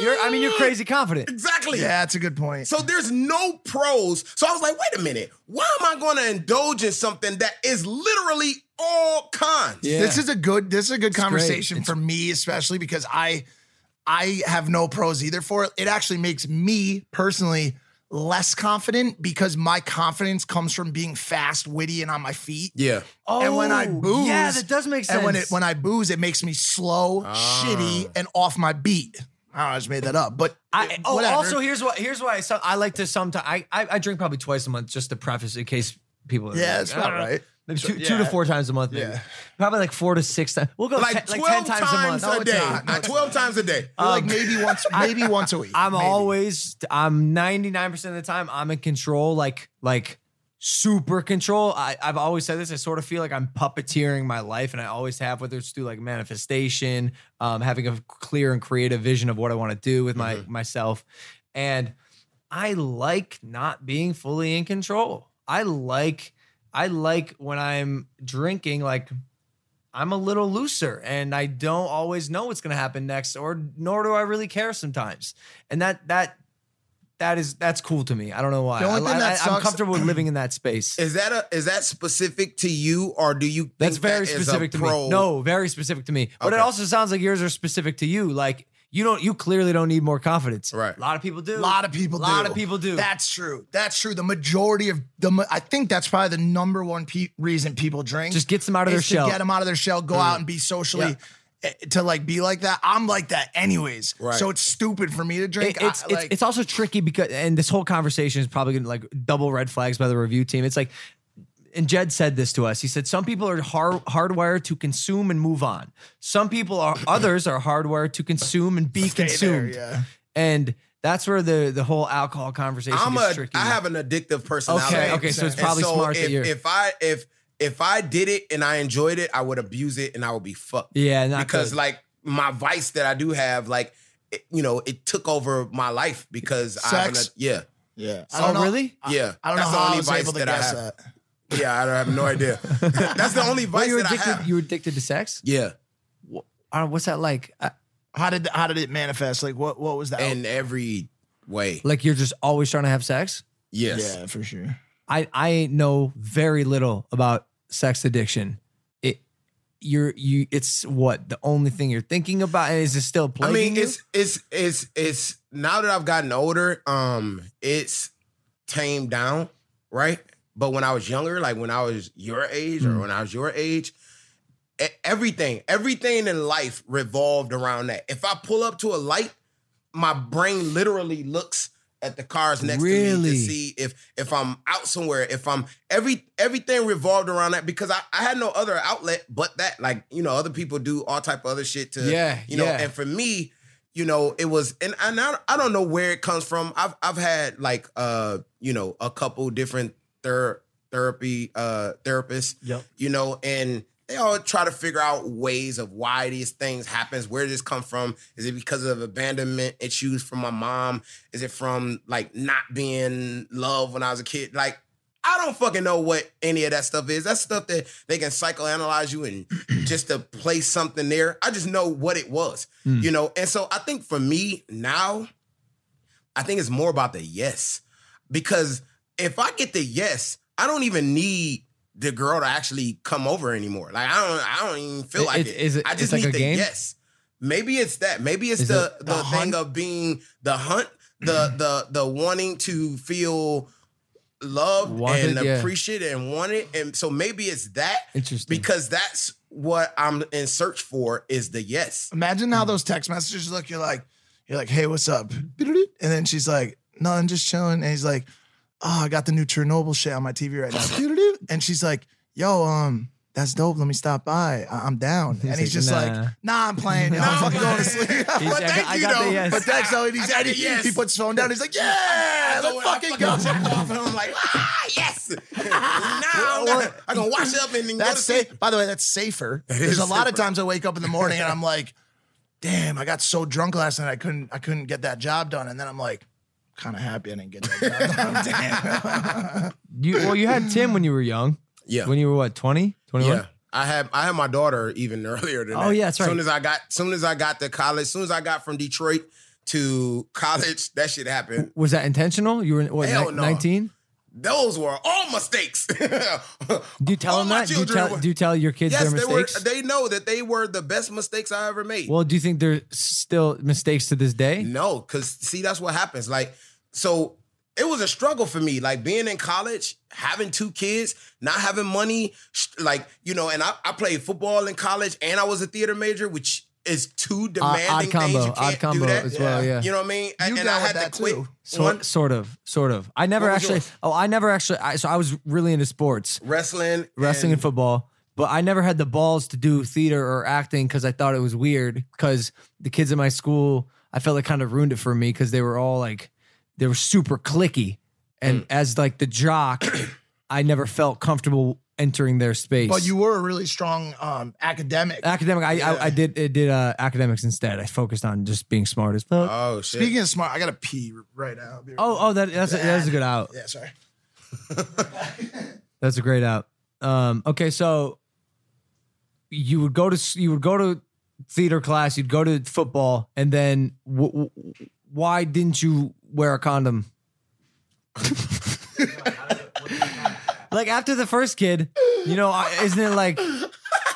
You're, I mean, you're crazy confident. Exactly. yeah that's a good point So there's no pros. So I was like, wait a minute. Why am I going to indulge in something that is literally all cons? This is a good this is a good conversation It's- for me, especially because I I have no pros either for it. It actually makes me personally less confident because my confidence comes from being fast, witty, and on my feet. Yeah. Oh, and when I booze, yeah, that does make sense. And when it when I booze, it makes me slow, Ah. shitty, and off my beat. I don't know, I just made that up, but I, oh, whatever. also here's what here's why I, some, I like to sometimes I, I I drink probably twice a month just to preface in case people. are yeah, like, it's about "Ah." right. Maybe two, two to four times a month. Maybe. Probably like four to six times. We'll go Like, ten, 12 like ten times, times, a month. No, a it's day. not. No, Uh, it's 12 times a day. Uh, like maybe once, maybe once a week. um, I'm maybe. always I'm 99% of the time I'm in control like like super control. I, I've always said this. I sort of feel like I'm puppeteering my life and I always have whether it's through like manifestation, um, having a clear and creative vision of what I want to do with my Mm-hmm. myself. And I like not being fully in control. I like I like when I'm drinking like I'm a little looser and I don't always know what's going to happen next or nor do I really care sometimes. And that that that is that's cool to me. I don't know why. The only I- thing I, that am sucks- comfortable with living in that space. Is that a is that specific to you or do you think That's very that is a specific to pro? me. No, very specific to me. But it Okay. also sounds like yours are specific to you. Like you don't you clearly don't need more confidence. Right. A lot of people do. A lot of people A do. lot of people do. That's true. That's true. The majority of the, ma- I think that's probably the number one pe- reason people drink. Just gets them out of is their to shell. Mm-hmm. Get them out of their shell. Go out and be socially. eh, To like be like that, I'm like that anyways. Right. So it's stupid for me to It- drink. I- it's, it's like- it's also tricky because and this whole conversation is probably gonna like double red flags by the review team. It's like and Jed said this to us. He said some people are hard, hardwired to consume and move on. Some people are others are hardwired to consume and be Stay there, consumed. yeah. And that's where the the whole alcohol conversation I'm gets a, tricky. I have an addictive personality. Okay, okay, so it's And probably so smart if, that you're- if I if if I did it and I enjoyed it, I would abuse it and I would be fucked. yeah, not because good. like my vice that I do have, like it, you know, it took over my life because I have an, Sex? yeah. yeah. I oh don't know- really? Yeah, I don't know that's how the I only was vice able to that I guess have. that. Yeah, I don't- I have no idea. that's the only Well, vice you were that I addicted. have. You were addicted to sex. yeah, I don't, what's that like? Uh, How did how did it manifest? Like what what was that? in every way. like you're just always trying to have sex. Yes. yeah, for sure. I I know very little about sex addiction. It you're you it's what the only thing you're thinking about is it still I plaguing mean, you? it's it's it's it's now that I've gotten older, um, it's tamed down, right? But when I was younger, like when I was your age Mm. or when I was your age, e- everything, everything in life revolved around that. If I pull up to a light, my brain literally looks at the cars next to me to Really? see if if I'm out somewhere, if I'm every everything revolved around that because I, I had no other outlet but that. Like, you know, other people do all type of other shit to Yeah, you know, yeah. and for me, you know, it was and, and I, I don't know where it comes from. I've I've had like uh, you know, a couple different ther- therapy uh therapists. Yep. You know, and they all try to figure out ways of why these things happens. Where did this come from? Is it because of abandonment issues from my mom? Is it from like not being loved when I was a kid? Like I don't fucking know what any of that stuff is. That's stuff that they can psychoanalyze you and just to place something there. I just know what it was, Hmm. you know? And so I think for me now, I think it's more about the yes. Because if I get the yes, I don't even need the girl to actually come over anymore. Like I don't I don't even feel It- like it. it's- is it- I just it's like need a the game? yes. Maybe it's that. Maybe it's Is the, it the the thing hunt? of being the hunt, the the the wanting to feel loved Wanted, and yeah. appreciated and wanted. And so maybe it's that. Interesting. Because that's what I'm in search for is the yes. Imagine how those text messages look. You're like, you're like, hey, what's up? And then she's like, no, I'm just chilling. And he's like, oh, I got the new Chernobyl shit on my TV right now. and she's like, yo, um, that's dope. Let me stop by. I- am down. and he's like, just "Nah." like, nah, I'm playing. I'm fucking going to sleep. He's- But I thank got- I you, got the though. uh, yes. But that's how he's got and the he, yes. E he puts his phone down. He's like, yeah, So let's when I fucking go. jerk off and I'm like, ah, yes. now I'm gonna, I'm gonna wash up and then go to That's sleep. safe. By the way, that's safer. is There's a lot of safer. times I wake up in the morning and I'm like, damn, I got so drunk last night I couldn't I couldn't get that job done. And then I'm like, kind of happy I didn't get that job done. You well, you had Tim when you were young. Yeah. When you were what, 20? 21? Yeah. I had I had my daughter even earlier than Oh, that. yeah, that's right. Soon as I got soon as I got to college, soon as I got from Detroit to college, that shit happened. Was that intentional? You were what, Hell ni- no. 19? Those were all mistakes. Do you tell All them my that? Do you children tell, were- do you tell your kids yes, their they were. mistakes? They know that they were the best mistakes I ever made. well, do you think there's still mistakes to this day? No, because see, that's what happens. Like, so it was a struggle for me, like being in college, having two kids, not having money, sh- like, you know, and I, I played football in college and I was a theater major, which is two odd demanding things. combo, you odd can't combo do that. as well, yeah. You know what I mean? And, You and I dealt with had to that quit. too. Sort, one, sort of, sort of. I never What was actually. yours? Oh, I never actually. I, so I was really into sports, wrestling. wrestling and, football, but I never had the balls to do theater or acting because I thought it was weird. Because the kids in my school, I felt it kind of ruined it for me because they were all like, they were super clicky, and as like the jock, I never felt comfortable entering their space. but you were a really strong um, academic. academic. I, I I did it did uh, academics instead. I focused on just being smart as fuck. Oh, shit. Speaking of smart, I gotta pee right now. I'll be right oh oh that that's a, that's a good out. back. yeah, sorry. That's a great out. Um, okay, so you would go to you would go to theater class, you'd go to football, and then w- w- why didn't you wear a condom? like after the first kid, you know, I- isn't it like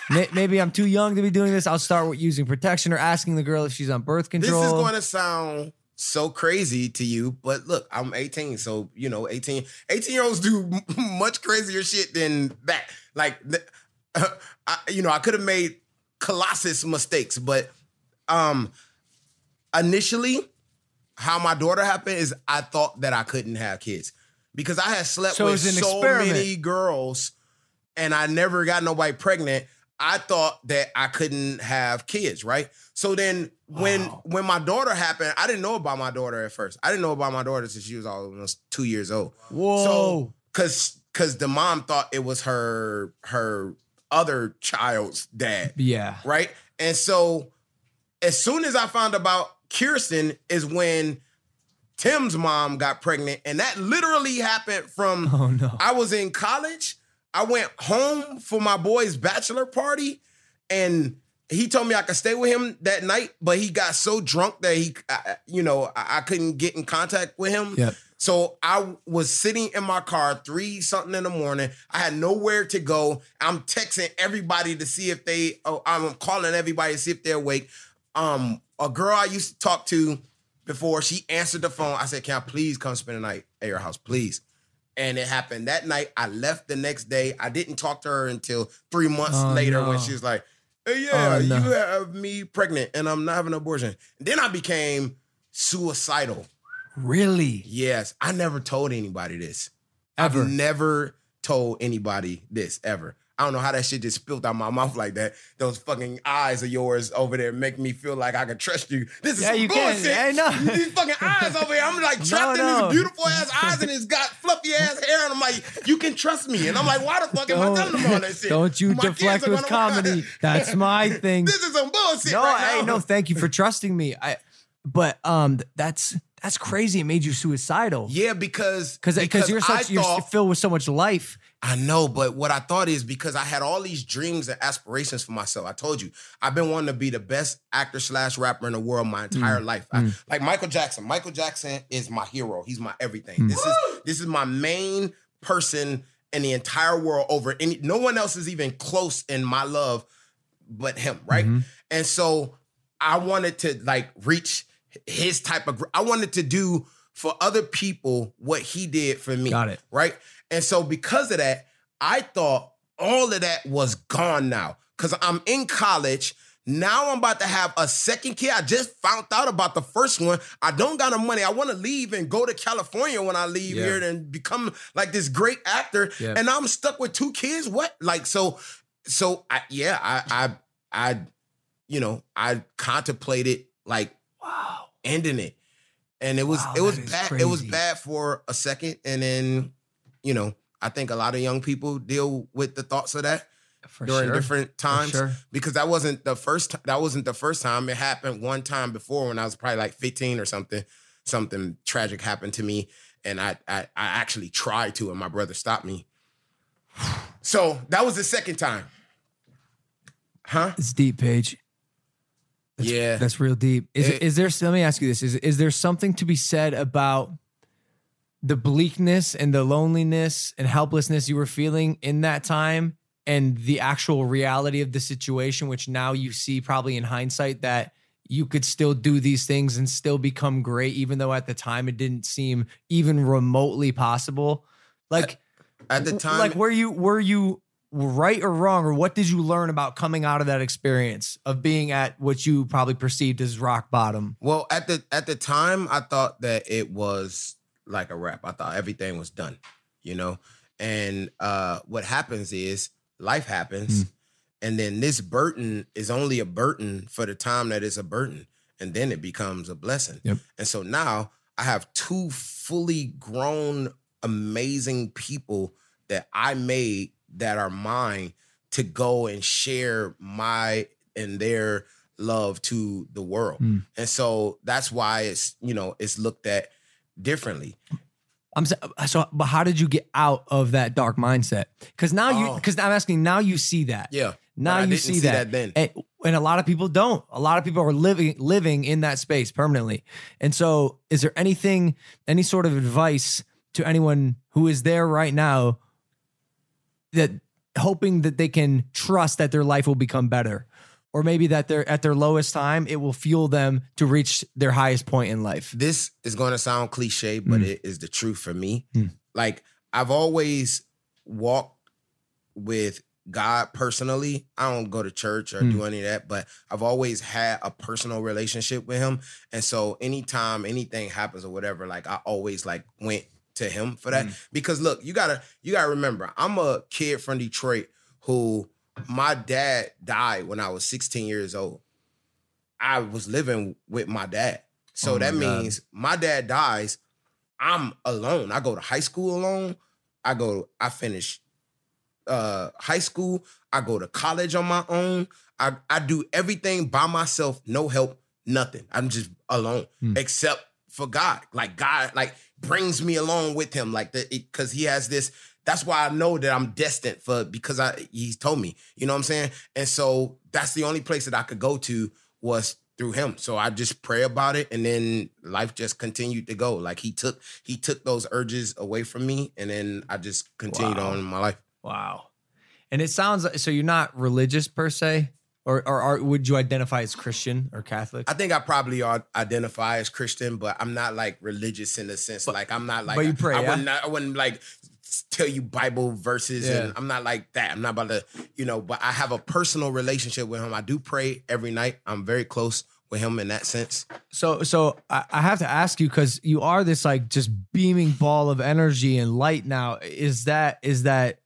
may- maybe I'm too young to be doing this? I'll start with using protection or asking the girl if she's on birth This control. is going to sound so crazy to you, but look, I'm 18, so you know, 18, 18 year olds do much crazier shit than that. Like, th- I, you know, I could have made colossus mistakes, but um, initially, how my daughter happened is I thought that I couldn't have kids because I had slept So it with was an so experiment. many girls and I never got nobody pregnant, I thought that I couldn't have kids, right? So then when when my daughter happened, I didn't know about my daughter at first. I didn't know about my daughter since she was almost two years old. So Whoa. cause cause the mom thought it was her her other child's dad. yeah. Right. And so as soon as I found about Kirsten is when Tim's mom got pregnant. And that literally happened from Oh, no. I was in college. I went home for my boy's bachelor party and he told me I could stay with him that night, but he got so drunk that he, I- I- you know, I, I couldn't get in contact with him. Yep. So I was sitting in my car three something in the morning. I had nowhere to go. I'm texting everybody to see if they. Oh, I'm calling everybody to see if they're awake. Um, a girl I used to talk to before she answered the phone. I said, "Can I please come spend the night at your house, please. And it happened that night. I left the next day. I didn't talk to her until three months Oh, later when no. she was like, "Hey, yeah, Oh, no. you have me pregnant and I'm not having an abortion. Then I became suicidal. Really? Yes, I never told anybody this. Ever. I've never told anybody this ever. I don't know how that shit just spilled out my mouth like that. Those fucking eyes of yours over there make me feel like I can trust you. This is Yeah, some you can. bullshit. Yeah, I know. These fucking eyes over here. I'm like trapped in no. these beautiful ass eyes and it's got fluffy ass hair. And I'm like, you can trust me. And I'm like, why the fuck am I telling them all that shit? don't you My kids deflect are with gonna- comedy. That's my thing. This is some bullshit. no, right hey, now. no, thank you for trusting me. I, but um, th- that's that's crazy. It made you suicidal. Yeah, because Cause, because you're I such you're thought- filled with so much life. I know, but what I thought is because I had all these dreams and aspirations for myself. I told you, I've been wanting to be the best actor slash rapper in the world my entire life. I- like Michael Jackson. Michael Jackson is my hero. He's my everything. This is this is my main person in the entire world over any no one else is even close in my love but him, right? Mm-hmm. And so I wanted to like reach his type of gr- I wanted to do for other people what he did for me. Got it. Right? And so because of that, I thought all of that was gone now cuz I'm in college now I'm about to have a second kid. I just found out about the first one. I don't got no money. I want to leave and go to California when I leave Yeah. here and become like this great actor. Yeah. And I'm stuck with two kids. What? Like so so I, yeah, I I I you know, I contemplated like wow, ending it. And it was Wow, it was that is bad it was crazy. bad for a second and then you know, I think a lot of young people deal with the thoughts of that For during sure. different times sure. because that wasn't the first ti- that wasn't the first time it happened one time before when I was probably like 15 or something something tragic happened to me and I I, I actually tried to and my brother stopped me so that was the second time huh It's deep, Paige. yeah That's real deep. Is It- is there? Let me ask you this: is is there something to be said about the bleakness and the loneliness and helplessness you were feeling in that time, and the actual reality of the situation, which now you see probably in hindsight that you could still do these things and still become great, even though at the time it didn't seem even remotely possible. Like at the time like were you were you right or wrong or what did you learn about coming out of that experience of being at what you probably perceived as rock bottom Well, at the at the time, I thought that it was like a wrap. I thought everything was done, you know. And uh, what happens is life happens, and then this burden is only a burden for the time that it's a burden, and then it becomes a blessing. Yep. And so now I have two fully grown, amazing people that I made that are mine to go and share my and their love to the world. And so that's why it's, you know, it's looked at differently. i'm so, so but how did you get out of that dark mindset because now you Oh. because i'm asking now you see that Yeah. now But I you didn't see, see that, that then. And, and a lot of people don't a lot of people are living living in that space permanently and so is there anything any sort of advice to anyone who is there right now that hoping that they can trust that their life will become better or maybe that they're at their lowest time it will fuel them to reach their highest point in life This is going to sound cliche, but it is the truth for me. Like I've always walked with God personally. I don't go to church or do any of that, but I've always had a personal relationship with him. And so anytime anything happens or whatever, like I always like went to him for that. Because look, you gotta you gotta remember, I'm a kid from Detroit who my dad died when I was 16 years old. I was living with my dad. So that means my dad dies. I'm alone. I go to high school alone. I go, I finish uh high school. I go to college on my own. I, I do everything by myself, no help, nothing. I'm just alone, except for God. Like God, like brings me along with Him, like the because He has this. That's why I know that I'm destined for because I He's told me. You know what I'm saying? And so that's the only place that I could go to was through Him. So I just pray about it, and then life just continued to go. Like He took He took those urges away from me, and then I just continued Wow. on in my life. wow and it sounds like so you're not religious per se Or, or, or would you identify as Christian or Catholic? I think I probably are, identify as Christian, but I'm not like religious in the sense like I'm not like but you pray, I, yeah? wouldn't I wouldn't like s- tell you Bible verses Yeah. and I'm not like that. I'm not about to, you know, but I have a personal relationship with him. I do pray every night. I'm very close with him in that sense. so so I, I have to ask you because you are this like just beaming ball of energy and light now is that is that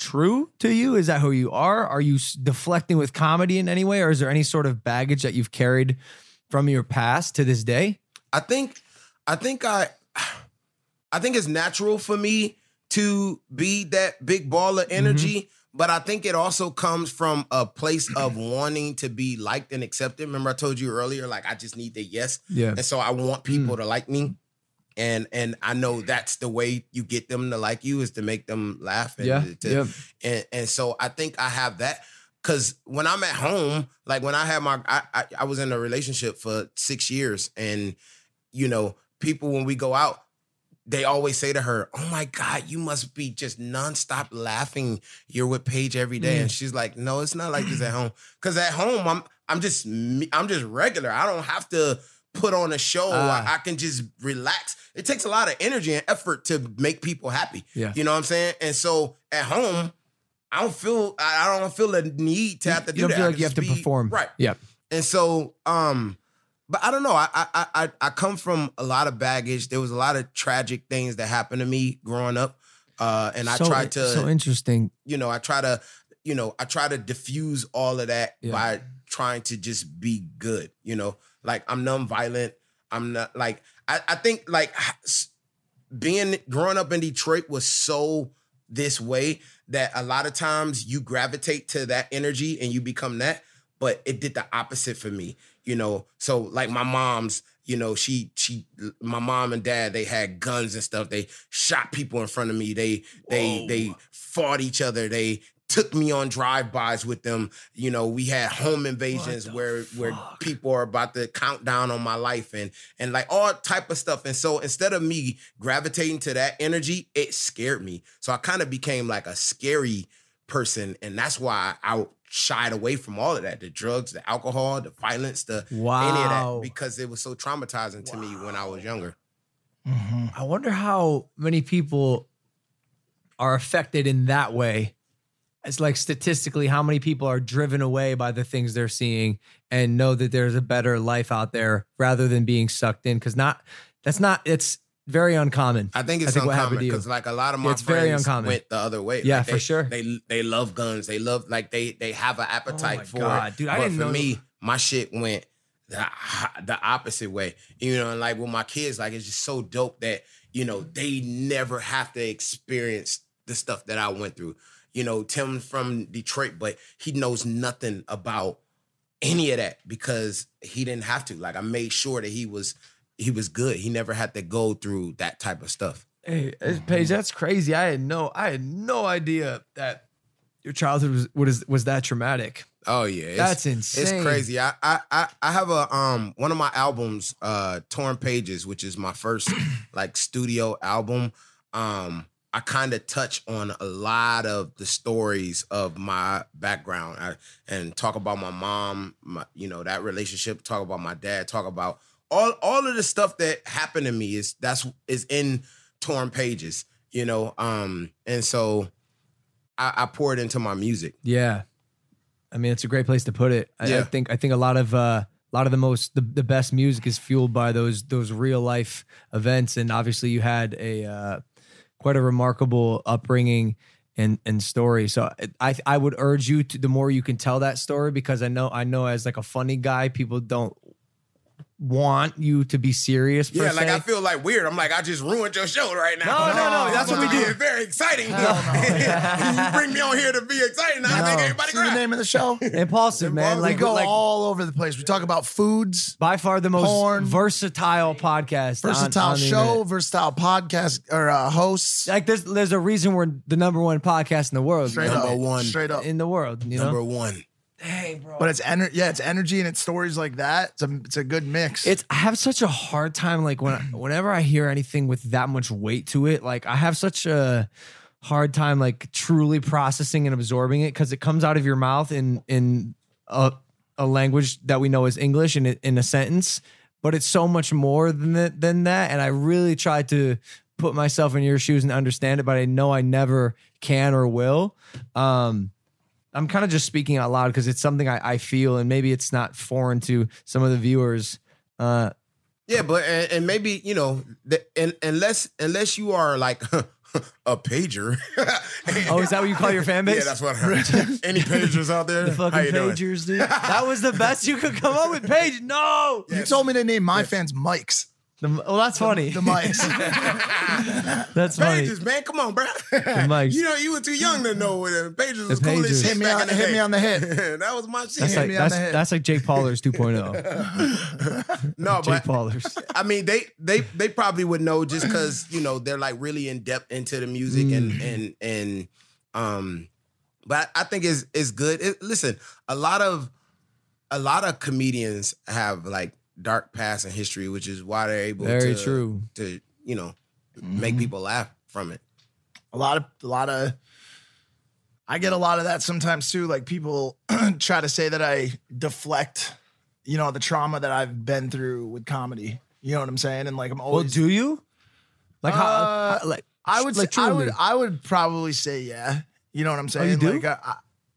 true to you is that who you are are you s- deflecting with comedy in any way or is there any sort of baggage that you've carried from your past to this day I think I think I I think it's natural for me to be that big ball of Mm-hmm. energy, but I think it also comes from a place of wanting to be liked and accepted. Remember I told you earlier like I just need the yes. Yeah. Mm. And so I want people to like me. And and I know that's the way you get them to like you is to make them laugh and Yeah, to- yeah. and and so I think I have that because when I'm at home, like when I had my, I, I I was in a relationship for six years, and you know, people when we go out, they always say to her, "Oh my God, you must be just nonstop laughing. You're with Paige every day," Mm. and she's like, "No, it's not like this at home. Because at home, I'm I'm just me- I'm just regular. I don't have to." Put on a show, Ah. I, I can just relax. It takes a lot of energy and effort to make people happy. Yeah. You know what I'm saying? And so at home, I don't feel I I don't feel the need to have to do you don't that. feel I like can you have to just be- perform right? yeah And so, um, but I don't know. I I I- I I come from a lot of baggage. There was a lot of tragic things that happened to me growing up, uh, and So- I tried to so interesting you know i try to you know i try to diffuse all of that Yeah. by trying to just be good you know like i'm non-violent i'm not like i, I think like s- being growing up in detroit was so this way that a lot of times you gravitate to that energy and you become that but it did the opposite for me you know so like my mom's you know she she my mom and dad they had guns and stuff they shot people in front of me they they they fought each other they took me on drive-bys with them you know we had home invasions where where people are about to count down on my life and and like all type of stuff and so instead of me gravitating to that energy it scared me so i kind of became like a scary person and that's why i shied away from all of that the drugs the alcohol the violence the any Wow. of that because it was so traumatizing to me when i was younger I wonder how many people are affected in that way. It's like statistically, how many people are driven away by the things they're seeing and know that there's a better life out there rather than being sucked in? Because not that's not it's very uncommon. I think it's what happened uncommon to you. because like a lot of my It's friends very uncommon. went the other way. Yeah, Like, they, for sure. They they love guns. They love like they they have an appetite my for God, it. dude, I but didn't for know- me, my shit went the the opposite way. You know, and like with my kids, like it's just so dope that you know they never have to experience the stuff that I went through. You know, Tim from Detroit, but he knows nothing about any of that because he didn't have to. Like I made sure that he was he was good. He never had to go through that type of stuff. Hey, it's- Paige, that's crazy. I had no, I had no idea that your childhood was was, was that traumatic. Oh yeah, it's- That's insane. It's crazy. I, I I I have a um one of my albums, uh, Torn Pages, which is my first like studio album. Um, I kind of touch on a lot of the stories of my background I, and talk about my mom, my, you know that relationship. Talk about my dad. Talk about all all of the stuff that happened to me is that's is in Torn Pages. You know, um, and so I, I pour it into my music. Yeah. I mean, it's a great place to put it. I, I Yeah. think I think a lot of uh, a lot of the most the, the best music is fueled by those those real life events, and obviously you had a uh, quite a remarkable upbringing and and story. So I I would urge you to the more you can tell that story because I know I know as like a funny guy, people don't want you to be serious. per Yeah, like se. I feel like weird. I'm like, I just ruined your show right now. No, no, no, that's what we It's do. Very exciting. you bring me on here to be exciting. I think everybody See the grab. name of the show? impulsive man. we Like go like all over the place. We talk about foods, by far the most porn. versatile podcast, on- versatile on the show, internet. versatile podcast or uh, hosts. like there's there's a reason we're the number one podcast in the world, Straight Number up, one. straight up. in the world. You Number know, one. But it's ener- yeah, it's energy and it's stories like that. It's a, it's a good mix. it's I have such a hard time like when whenever I hear anything with that much weight to it, like I have such a hard time like truly processing and absorbing it because it comes out of your mouth in in a a language that we know is English in a, in a sentence, but it's so much more than that, than that. And I really tried to put myself in your shoes and understand it, but I know I never can or will. Um, I'm kind of just speaking out loud because it's something I, I feel, and maybe it's not foreign to some of the viewers. Uh, Yeah, but and, and maybe you know, the, and, unless unless you are like a pager. oh, is that what you call your fan base? yeah, that's what I heard. Any pagers out there? The How fucking you doing? pagers, dude. That was the best you could come up with. Page, no. You told me to name my fans Mike's. The, well, that's funny. The mics. that's funny. Pages, man, come on, bro. mics. you know, you were too young to know what the pages was cool pages. as shit hit me, back on, in the hit me day. on the head. that was my shit. That's like me on the that's, head. that's like Jake Pollard's 2.0. no, oh. Jake but Pollard's. I mean, they they they probably would know just because you know they're like really in depth into the music and and and um. But I think it's it's good. It, listen, a lot of a lot of comedians have like dark past and history, which is why they're able Very to, true. to you know make people laugh from it. a lot of a lot of I get a lot of that sometimes too. Like people try to say that I deflect, you know, the trauma that I've been through with comedy. You know what I'm saying? And like I'm Well, always do you? Like how? Uh, I- like I would like say, I would truly. Oh, I would probably say yeah. You know what I'm saying? you do? Like I,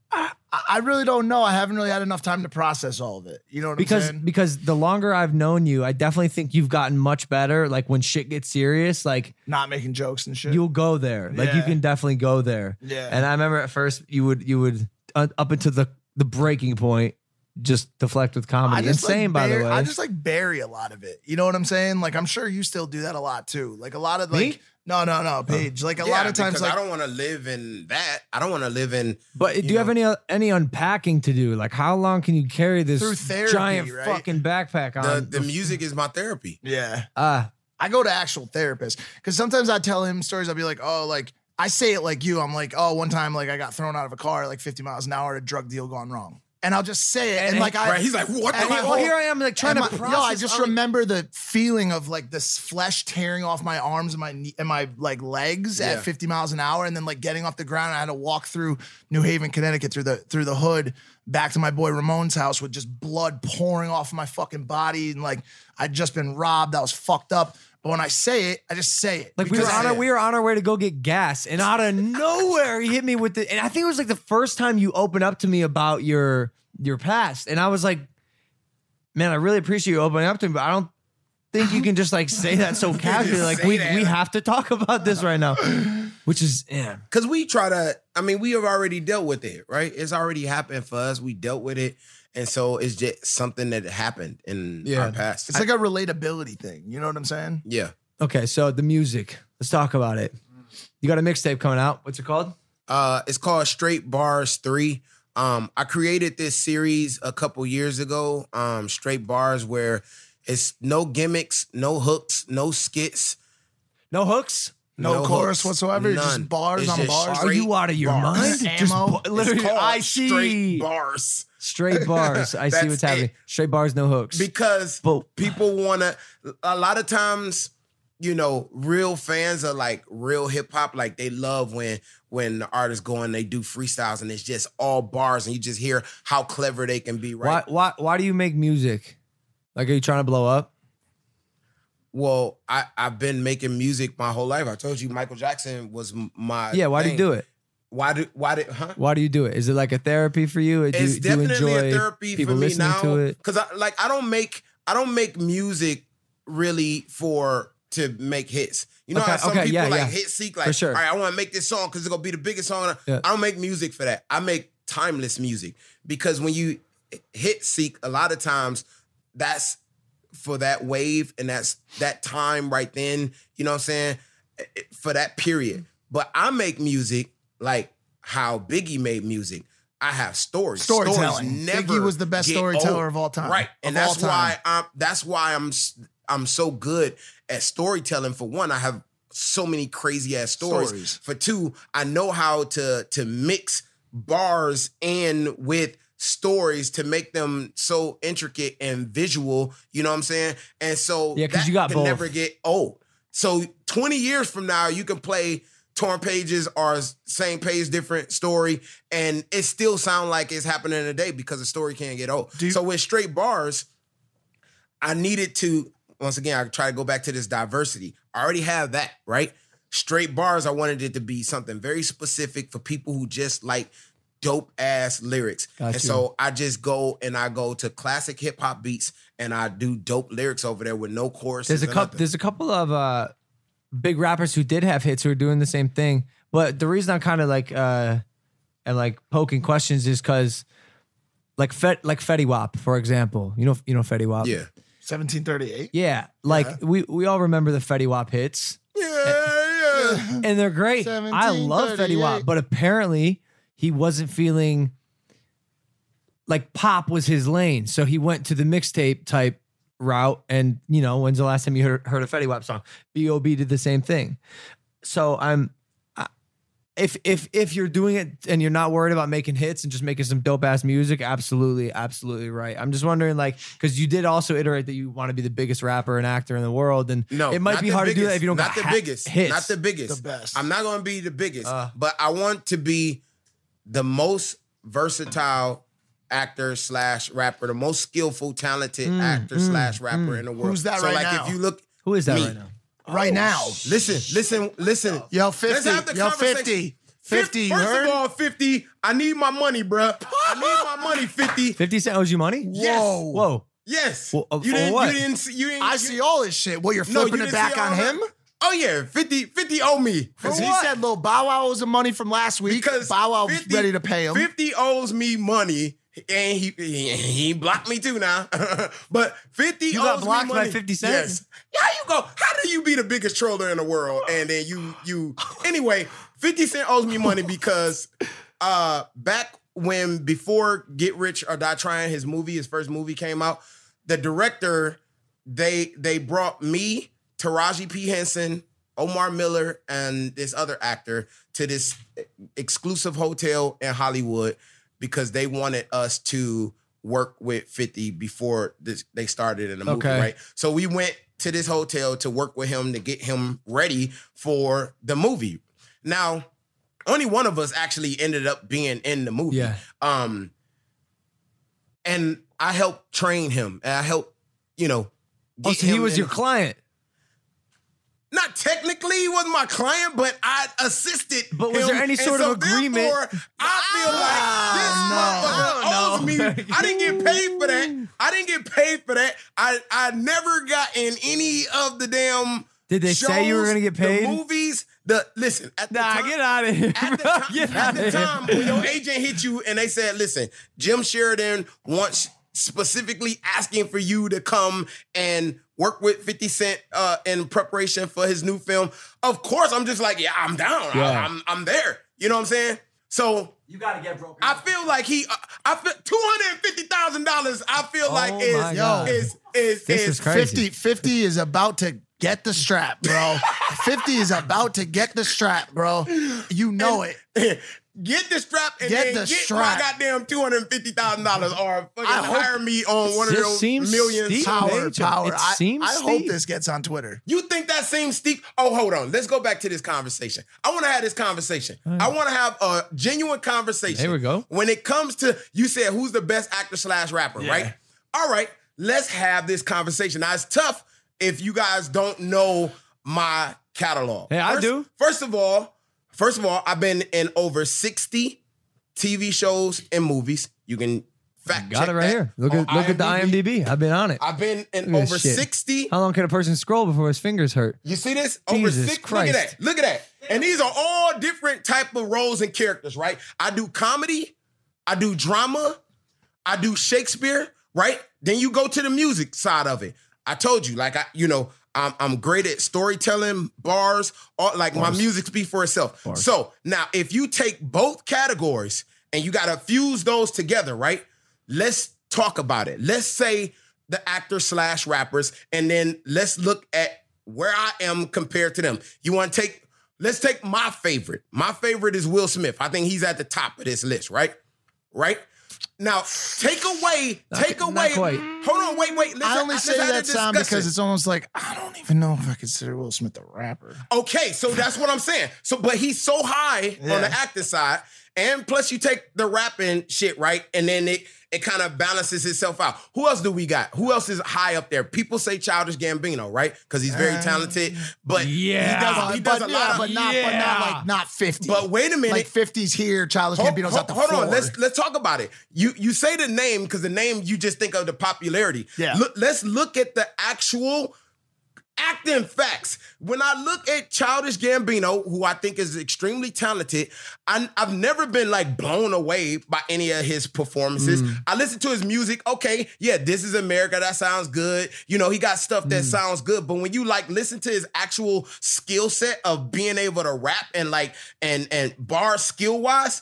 I, I really don't know. I haven't really had enough time to process all of it. You know what because I'm saying? because the longer I've known you, I definitely think you've gotten much better. Like when shit gets serious, like Not making jokes and shit. you'll go there. Like you Yeah. can definitely go there. Yeah. And I remember at first you would you would uh, up until the the breaking point just deflect with comedy. like, Insane, by the bur- way. I just like bury a lot of it. You know what I'm saying? Like I'm sure you still do that a lot too. Like a lot of like Me? no no no Paige. Like a lot of times because like I don't want to live in that. I don't want to live in. But do you have any uh, any unpacking to do? Like, how long can you carry this Through therapy, giant right? fucking backpack The, on? the music is my therapy. yeah. Ah, I go to actual therapists because sometimes I tell him stories. I'll be like, oh, like I say it like you. I'm like, oh, one time like I got thrown out of a car like 50 miles an hour, at a drug deal gone wrong, and I'll just say it. And, like I, right, he's like, what the and hell? he- well, here I am, like trying and to my- process. yo, I just I'm like, remember the feeling of like this flesh tearing off my arms and my knee, and my like legs at 50 miles an hour, and then like getting off the ground. And I had to walk through New Haven, Connecticut, through the through the hood, back to my boy Ramon's house with just blood pouring off my fucking body, and like I'd just been robbed. I was fucked up. But when I say it, I just say it. Like we were because on I- our we were on our way to go get gas, and out of nowhere he hit me with the. And I think it was like the first time you opened up to me about your your past, and I was like, "Man, I really appreciate you opening up to me, but I don't think you can just like say that so casually. Like say we that. we have to talk about this right now," which is yeah. Cause we try to, I mean, we have already dealt with it, right? It's already happened for us. We dealt with it. And so it's just something that happened in Yeah. our past. It's like a relatability thing. You know what I'm saying? yeah. Okay, so the music. Let's talk about it. You got a mixtape coming out. What's it called? Uh it's called Straight Bars 3. Um, I created this series a couple years ago, um, Straight Bars, where it's no gimmicks, no hooks, no skits. No hooks. No chorus whatsoever, it's just none. bars on bars. Are you straight out of your bars. mind? Ammo. Just bu- It's literally, called I see Straight bars. straight bars. I see That's what's happening. it. Straight bars, no hooks. because But- people want to a lot of times you know real fans are like real hip hop like they love when when the artists go and they do freestyles and it's just all bars and you just hear how clever they can be right Why? Why? Why do you make music? Like, are you trying to blow up? well i i've been making music my whole life i told you michael jackson was m- my yeah. Why do you thing. do it? why did why did huh Why do you do it? Is it like a therapy for you? Do, it's you- do you definitely enjoy a therapy people for me listening now to it? because I like I don't make I don't make music really for to make hits. You know Okay, how some okay, people yeah, like yeah. hit seek like For sure. all right, I want to make this song because it's gonna be the biggest song. Yeah. I don't make music for that. I make timeless music because when you hit seek, a lot of times that's for that wave and that's that time right then, you know what I'm saying? Eh, For that Mm-hmm. period. But I make music like how Biggie made music. I have stories. Stories Storytelling. Biggie was the best get storyteller of all time. Right. And Of all that's time. why I'm that's why I'm s- I'm so good at storytelling. For one, I have so many crazy ass stories. Stories. For two, I know how to to mix bars in with stories to make them so intricate and visual. You know what I'm saying? And so Yeah, 'cause that you got can both. never get old. So 20 years from now, you can play torn pages are s- same page, different story, and it still sound like it's happening today because the story can't get old. so with straight bars, I needed to once again I try to go back to this diversity. I already have that, right? Straight bars, I wanted it to be something very specific for people who just like dope ass lyrics. Got and you. so I just go and I go to classic hip hop beats and I do dope lyrics over there with no chorus. There's a couple. There's a couple of uh, big rappers who did have hits who are doing the same thing. But the reason I'm kind of like uh, and like poking questions is because like Fet, like Fetty Wap, for example. You know, you know Fetty Wap. yeah. Uh-huh. 1738. Yeah. Like we we all remember the Fetty Wap hits, Yeah, yeah. and they're great. I love Fetty Wap, 1738. but apparently he wasn't feeling like pop was his lane, so he went to the mixtape type route. And you know, when's the last time you heard, heard a Fetty Wap song? Bob did the same thing. So I'm. I- If if if you're doing it and you're not worried about making hits and just making some dope ass music, absolutely, absolutely right. I'm just wondering, like, because you did also iterate that you want to be the biggest rapper and actor in the world, and No, it might not be the hard to do that biggest, if you don't not got the ha- biggest, hits. not the biggest, The best. I'm not going to be the biggest, Uh. but I want to be the most versatile actor slash rapper, the most skillful, talented Mm, actor slash rapper in the world. Who's that so right like, now? If you look, Who is that me. right now? Oh, Right now. Listen, listen, listen. Yo, 50. Yo, 50. 50, you First heard? of all, 50. I need my money, bruh. I need my money, 50. Fifty Cent owes you money. Yes. Whoa. Whoa. Yes. Well, uh, you for didn't. what? You didn't. see- You didn't. I you- see all this shit. Well, you're No, you flipping didn't it back see all on that? him? Oh yeah, 50, 50 owe me. Because he What? said Lil Bow Wow was the money from last week. because Bow Wow was 50 ready to pay him. 50 owes me money. And he, he he blocked me too now. but 50 You owes got me blocked by money. 50 Cent? Yes. How you go? How do you be the biggest troller in the world? And then you you anyway, 50 Cent owes me money because uh back when before Get Rich or Die Trying, his movie, his first movie came out, the director, they they brought me, Taraji P. Henson, Omar Miller, and this other actor to this exclusive hotel in Hollywood because they wanted us to work with 50 before this, they started in the movie, Okay. right? So we went to this hotel to work with him to get him ready for the movie. Now, only one of us actually ended up being in the movie. Yeah. Um, and I helped train him. And I helped, you know, Oh, get so he him was in- your client. not technically he was my client, but I assisted. But was him, there any and sort of so agreement? therefore, I Ah, feel like this no. motherfucker owes me. I didn't get paid for that. I didn't get paid for that. I I never got in any of the damn. Did they say you were shows, gonna get paid? The movies. The listen. At the time, out of here. at the bro. time, Get at outta the here. time when your agent hit you and they said, "Listen, Jim Sheridan wants specifically asking for you to come and work with 50 Cent uh, in preparation for his new film." Of course, I'm just like, "Yeah, I'm down. I, Yeah. am I'm there." You know what I'm saying? So You gotta get broken. I feel like he, uh, I feel two hundred fifty thousand dollars. I feel Oh like my is, God. is is This is is crazy. 50, 50 is about to get the strap, bro. 50 is about to get the strap, bro. You know it. Get the strap and Get then the get strap. my goddamn two hundred fifty thousand dollars, or fucking I hope- hire me on one of This those seems million steep. top- Power, Major. power. It I, seems I hope steep. this gets on Twitter. You think that seems steep? Oh, hold on. Let's go back to this conversation. I want to have this conversation. I want to have a genuine conversation. There we go. When it comes to you said who's the best actor slash rapper, right? All right, let's have this conversation. Now it's tough if you guys don't know my catalog. Hey, I First- do. First of all, first of all, I've been in over 60 TV shows and movies. You can fact Got check Oh, it right that here. Look on at look at the IMDb. I've been on it. I've been in Look at this over shit. 60 How long can a person scroll before his fingers hurt? you see this? Jesus Over six. Christ. Look at that. Look at that. And these are all different type of roles and characters, right? I do comedy, I do drama, I do Shakespeare, right? Then you go to the music side of it. I told you, like I, you know, I'm I'm great at storytelling, bars, all, like my music speaks for itself. So now, if you take both categories and you gotta fuse those together, right? Let's talk about it. Let's say the actor slash rappers, and then let's look at where I am compared to them. You want to take? Let's take my favorite. My favorite is Will Smith. I think he's at the top of this list, right? Right Now take away, take not away. quite. Hold on, wait, wait. Listen, I only just say had a that sound discussion. because it's almost like I don't even know if I consider Will Smith a rapper. Okay, so that's what I'm saying. So, but he's so high on Yeah. the acting side, and plus you take the rapping shit right, and then it it kind of balances itself out. Who else do we got? Who else is high up there? People say Childish Gambino, right? Because he's Uh, very talented, but yeah. he does, he does but, a yeah, lot. but of, not, but not Yeah. like not fifty. But wait a minute. like fifties here, Childish Hold, Gambino's hold- at the hold four. on, let's let's talk about it. You you say the name because the name you just think of the popularity. Yeah. Look, let's look at the actual acting facts. When I look at Childish Gambino, who I think is extremely talented, I, I've never been like blown away by any of his performances. I listen to his music. Okay, yeah, this is America. That sounds good. You know, he got stuff that sounds good. But when you like listen to his actual skill set of being able to rap and like and and bar skill wise,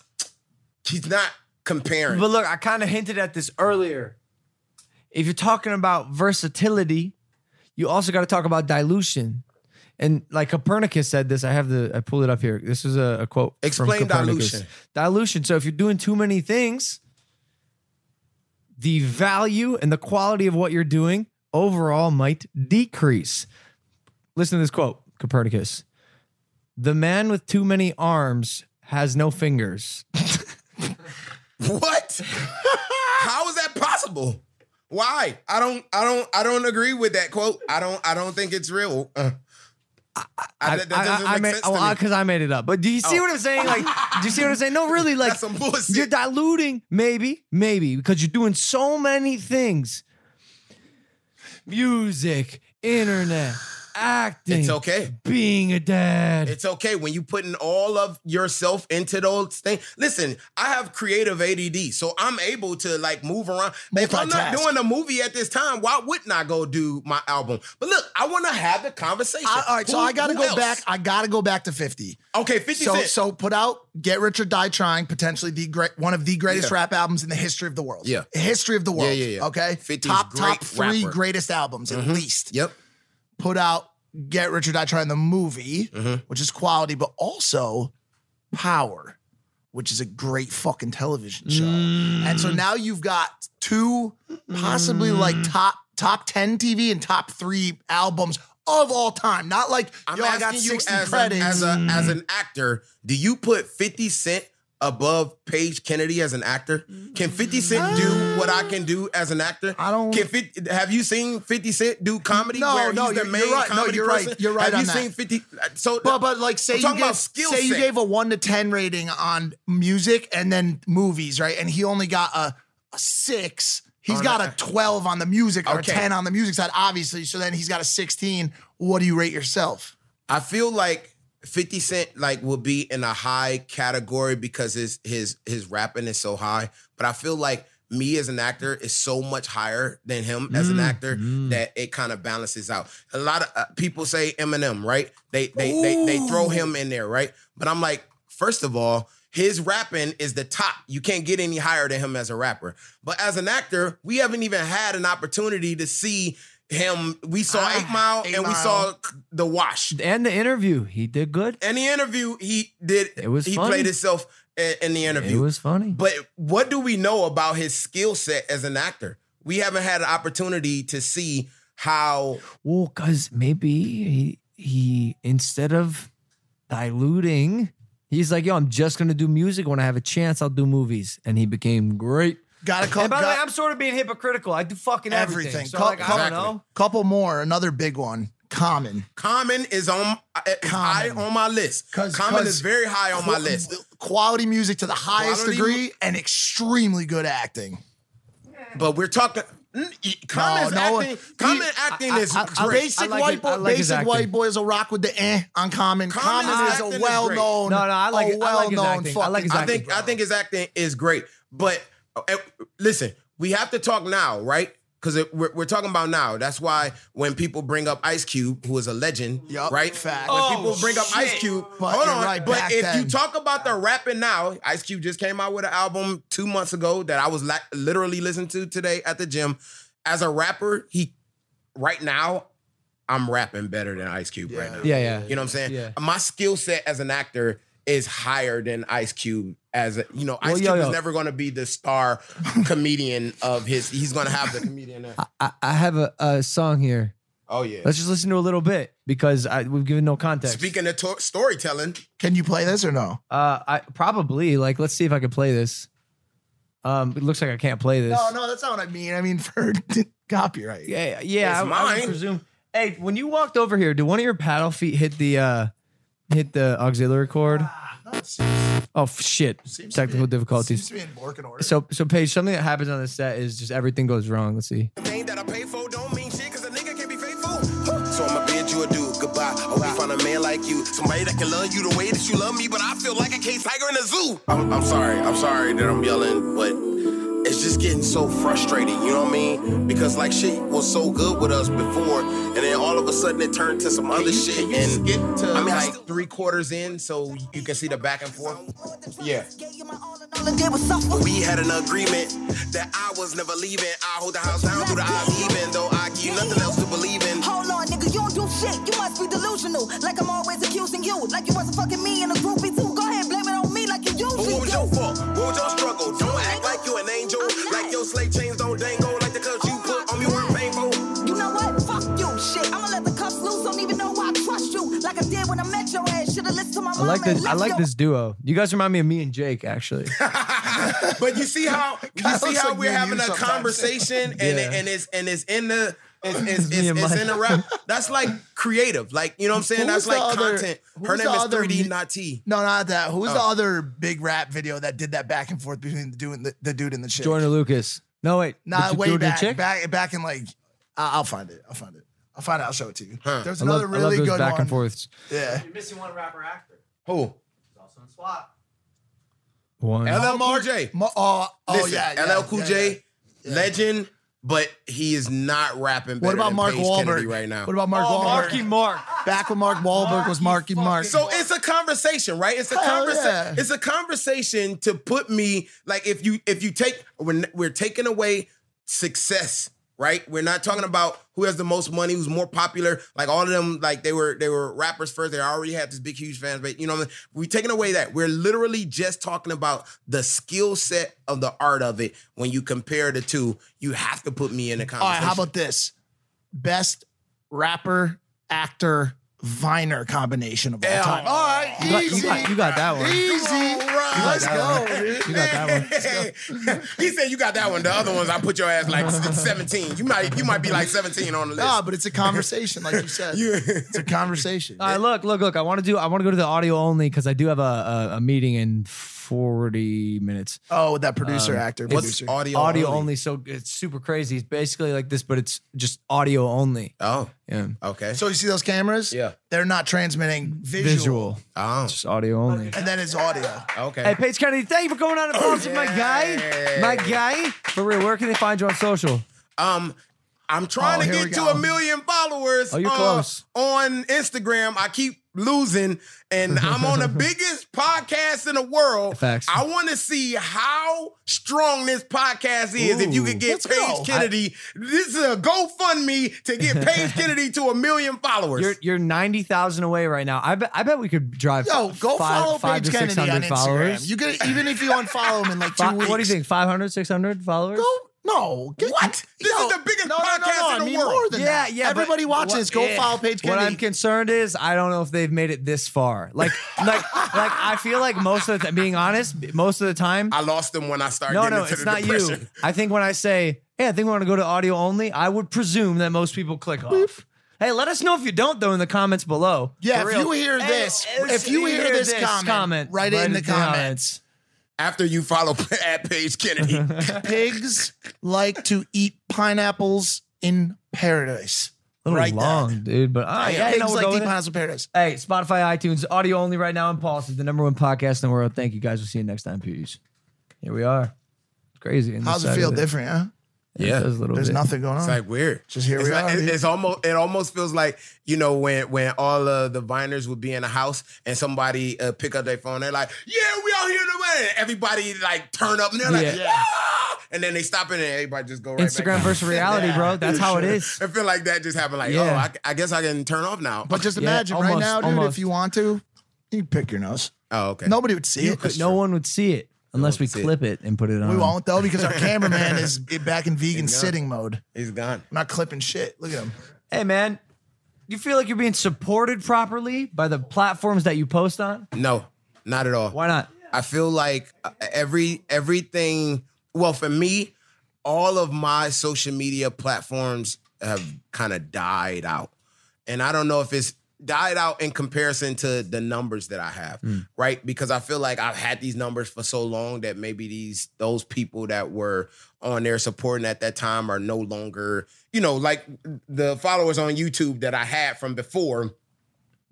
he's not comparing. But look, I kind of hinted at this earlier. If you're talking about versatility, you also got to talk about dilution. And like Copernicus said this, I have the I pulled it up here. This is a, a quote. from Explain Copernicus. dilution. Dilution. So if you're doing too many things, the value and the quality of what you're doing overall might decrease. Listen to this quote, Copernicus. The man with too many arms has no fingers. What? How is that possible? Why? I don't I don't I don't agree with that quote. I don't I don't think it's real. Uh, I, that, that doesn't I, I make made, oh, sense to me. Oh. because I made it up. But do you see what I'm saying? Like, do you see what I'm saying? No, really, like That's some bullshit. you're diluting, maybe, maybe because you're doing so many things: music, internet, acting. It's okay. Being a dad. It's okay when you putting all of yourself into those things. Listen, I have creative ADD, so I'm able to like move around. If I'm not Multitask. doing a movie at this time, why wouldn't I go do my album? But look, I want to have the conversation. I, all right, so Who- I gotta who go else? back. I gotta go back to fifty. Okay, Fifty So Cent. so put out Get Rich or Die Trying, potentially the great one of the greatest rap albums in the history of the world. Yeah. history of the world. yeah, yeah. Okay, 50's top top great three rapper. Mm-hmm. greatest albums at least. Yep. Put out Get Rich or Die Trying, the movie, Mm-hmm. which is quality, but also Power, which is a great fucking television show. Mm. And so now you've got two possibly like Mm. top top ten TV and top three albums of all time. Not like I'm yo, I asking got you sixty as, a, credits. as a as an actor, do you put 50 Cent above Paige Kennedy as an actor? Can 50 Cent do what I can do as an actor? I don't- Can 50, have you seen 50 Cent do comedy? No, where no, he's the you're- main you're right. No, comedy you're right. person? You're right Have on you that. seen 50? So, But but like say We're you talking gave, about skill say you set. gave a one to ten rating on music and then movies, right? And he only got a, a six. He's got a twelve on the music or Oh, Okay. a ten on the music side, obviously. So then he's got a sixteen. What do you rate yourself? I feel like 50 Cent like will be in a high category because his his his rapping is so high. But I feel like me as an actor is so much higher than him as Mm, an actor that it kind of balances out. A lot of uh, people say Eminem, right? They they, they they throw him in there, right? But I'm like, first of all, his rapping is the top. You can't get any higher than him as a rapper. But as an actor, we haven't even had an opportunity to see him. We saw Ah, Eight Mile Eight and we Mile. saw The Wash and the interview, he did good. in the interview he did It was he funny. played himself in, in the It interview was funny. but what do we know about his skill set as an actor we haven't had an opportunity to see how Well, because maybe he he instead of diluting, he's like, yo, I'm just gonna do music. When I have a chance, I'll do movies. And he became great. Got a couple. and by the way, got- I'm sort of being hypocritical. I do fucking everything. everything. So Cou- like, I don't couple- know. Couple more. Another big one. Common. common is on eh, is high Common. on my list 'Cause- common 'cause is very high on my Qu- list Quality music to the highest Quality degree and extremely good acting. but we're talking mm, common's no. acting common He- acting I- is I- I- great Basic like white it. boy, I like his basic acting. white boys will rock with the eh on common. Common's Common, is acting is a great. well No, known. no, I like a it. I like his well-known acting. I like his fucking- I think I think his acting is great, but uh, uh, listen, we have to talk now, right? Because we're, we're talking about now. That's why when people bring up Ice Cube, who is a legend, Yup, right? fact. When Oh, people bring up Ice Cube, But hold you're on. right, but back if you then. talk about the rapping now, Ice Cube just came out with an album two months ago that I was la- literally listening to today at the gym. As a rapper, he right now, I'm rapping better than Ice Cube right now. Yeah, yeah. You know what I'm saying? Yeah. My skill set as an actor is higher than Ice Cube as a, you know, Ice Well, Cube yo, is yo. never going to be the star comedian of his. He's going to have the comedian. There. I, I have a, a song here. Oh yeah. Let's just listen to a little bit because I, we've given no context. Speaking of to- storytelling, Can you play this or no? uh, I probably like. Let's see if I can play this. Um, it looks like I can't play this. No, no, that's not what I mean. I mean for copyright. Yeah, yeah. It's I, I would mine. presume. Hey, when you walked over here, did one of your paddle feet hit the uh hit the auxiliary cord? Ah, That seems- Oh f- shit! seems to Technical be- Seems difficulties. to be in Bork and order. So, so Paige, something that happens on this set is just everything goes wrong. Let's see. thing that I pay for don't mean shit cause a nigga can't be faithful. So I'ma bid you adieu, goodbye. I hope you find a man like you, somebody that can love you the way that you love me, but I feel like a caged tiger in a zoo. I'm, I'm sorry, I'm sorry that I'm yelling, but it's just getting so frustrating, you know what I mean? Because like shit was so good with us before, and then all of a sudden it turned to some other shit. and And get to I mean, I like still- three quarters in, so you can see the back and forth. Yeah. we had an agreement that I was never leaving. I hold the house down through the eyes, even though I keep nothing else to believe in. Hold on, nigga, you don't do shit. You must be delusional. Like I'm always accusing you. Like you wasn't fucking me in a groupie too. Go ahead, blame it on me like you But usually what was do. your fault? What was your struggle? Don't act like you an angel. Like your slave chains don't dangle. Like the cuffs you put on me were painful. You know what? Fuck you, shit. I'ma let the cuffs loose. Don't even know why I trust you. Like I did when I met your ass. Should've listened to my I mom. like and this. I left like your- this duo. You guys remind me of me and Jake, actually. But you see how you see looks how like me we're and having you a sometimes. conversation and Yeah. and it's and it's in the it's, it's, me it's, and it's Mike. in the rap. That's like creative. Like, you know what I'm saying? Who That's was like the other- content. who Her was name the is other 3D, mu- not T. No, not that. Who's Oh. the other big rap video that did that back and forth between the dude and the, the dude and the chick? Jordan Lucas. No wait, Nah, the- way Jordan back, Chick? back, back in like, I- I'll find it. I'll find it. I'll find it. I'll show it to you. There's I love, another I love really those good back one. and forths. Yeah. Who? One. LL Cool J. Mo- oh, oh Listen, yeah, yeah. LL Cool yeah, yeah. J, legend, but he is not rapping. better What about than Mark Paige Kennedy Wahlberg right now? What about Mark Wahlberg? Oh, Mark. Back when Mark Wahlberg was Marky Mark. So it's a conversation, right? It's a Hell conversation. yeah. It's a conversation to put me like if you if you take when we're taking away success, right? We're not talking about who has the most money, who's more popular. Like all of them, like they were they were rappers first. They already had this big huge fan base. You know, what I mean? we're taking away that. We're literally just talking about the skill set of the art of it. When you compare the two, you have to put me in the All right, conversation. how about this? Best rapper, actor, Viner combination of all Hell. time. All right, You got, easy. you got- you got that one. Easy. Let's go. dude. You got that one. he said you got that one. The other ones I put your ass like 17. You might you might be like 17 on the list. Nah, but it's a conversation, like you said. It's a conversation. All right, look, look, look. I want to do. I want to go to the audio only because I do have a, a a meeting in forty minutes. oh, with that producer, actor, Um, What's producer. audio audio only. so it's super crazy. It's basically like this, but it's just audio only. Uh, Oh, Yeah, okay. So you see those cameras? Yeah. They're not transmitting visual, Uh, visual, oh, just audio only. and then it's audio. okay. Hey, Paige Kennedy, thank you for coming on and oh, my guy, my guy. For real, where can they find you on social? Um, I'm trying Oh, to here we get to go. a million followers Oh, you're uh, close. on Instagram. I keep losing, and I'm on the biggest podcast in the world. Facts. I want to see how strong this podcast is. if you could get let's Paige go. Kennedy, this is a GoFundMe to get Paige Kennedy to a million followers. You're you're ninety thousand away right now. I bet I bet we could drive. Yo, go five, follow five Paige to Kennedy on 600 Instagram. followers. You could even if you unfollow him in like two Fi- weeks. what do you think? 500, 600 followers? Go no. Get, What? This is the biggest podcast in I the mean world. More than Yeah, that. yeah, but Everybody watching what- this. Go yeah. follow Paige What Kennedy. I'm concerned is I don't know if they've made it this far. Like, like, like I feel like most of the time, being honest, most of the time, I lost them when I started no, getting no, into it's the not depression. you. I think when I say, hey, I think we want to go to audio only, I would presume that most people click off. Hey, let us know if you don't though in the comments below. yeah, For if real. you hear Hey, this, if you hear, this, comment, write it in the comments. After you follow at Paige Kennedy. Pigs like to eat pineapples in paradise. A little Write that. long, dude, but all right, yeah, you Pigs know, we'll like go to eat with it. pineapples in paradise. Hey, Spotify, iTunes, audio only right now. Impulse is the number one podcast in the world. Thank you guys. We'll see you next time. Peace. Here we are. It's crazy. in this How's side it of feel different? Huh? It does a little There's bit. nothing going on. It's like weird. Just here it's we like- are, it- dude. It's almost. It almost feels like you know when when all of the viners would be in a house and somebody uh, pick up their phone. They're like, "Yeah, we out here in the rain." And Everybody like turn up and they're like, Yeah. "Ah!" and then they stop it and everybody just go right back Instagram down. versus reality, bro. That's how it is. I feel like that just happened. Like, Yeah. oh, I, I guess I can turn off now. But just Yeah, imagine right almost, now, dude, almost. if you want to, you can pick your nose. Oh, okay. Nobody would see You it. could- no one would see it unless we see it. clip it. and put it on. We won't though because our cameraman is back in vegan Yeah. sitting mode. He's gone. We're not clipping shit. Look at him. Hey, man, you feel like you're being supported properly by the platforms that you post on? No, not at all. Why not? I feel like uh, every everything. Well, for me, all of my social media platforms have kind of died out, and I don't know if it's died out in comparison to the numbers that I have, Mm. right? Because I feel like I've had these numbers for so long that maybe these those people that were on there supporting at that time are no longer, you know, like the followers on YouTube that I had from before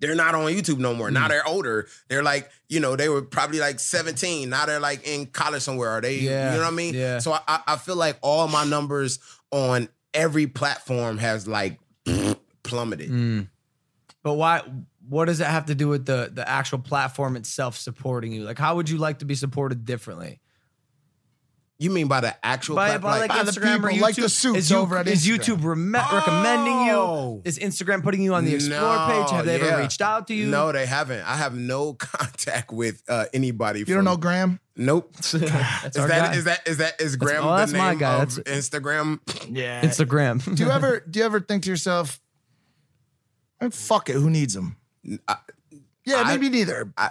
they're not on YouTube no more. Mm. Now they're older. They're like, you know, they were probably like 17. Now they're like in college somewhere. Are they, Yeah, you know what I mean? yeah. So I- I, I feel like all my numbers on every platform has like plummeted. But why? What does it have to do with the the actual platform itself supporting you? Like, how would you like to be supported differently? You mean by the actual By, plat- by like, by the Instagram or people, YouTube? like the suits is you- over at is Instagram. YouTube reme- Oh. recommending you? Is Instagram putting you on the explore page? Have they yeah. ever reached out to you? No, they haven't. I have no contact with uh, anybody. You don't know Graham? Nope. that's Is our that, guy. is that is that is Graham oh, the that's name my guy. of Instagram? Yeah. Instagram. do you ever do you ever think to yourself, "Eh, fuck it, who needs him? yeah, I- maybe neither. I,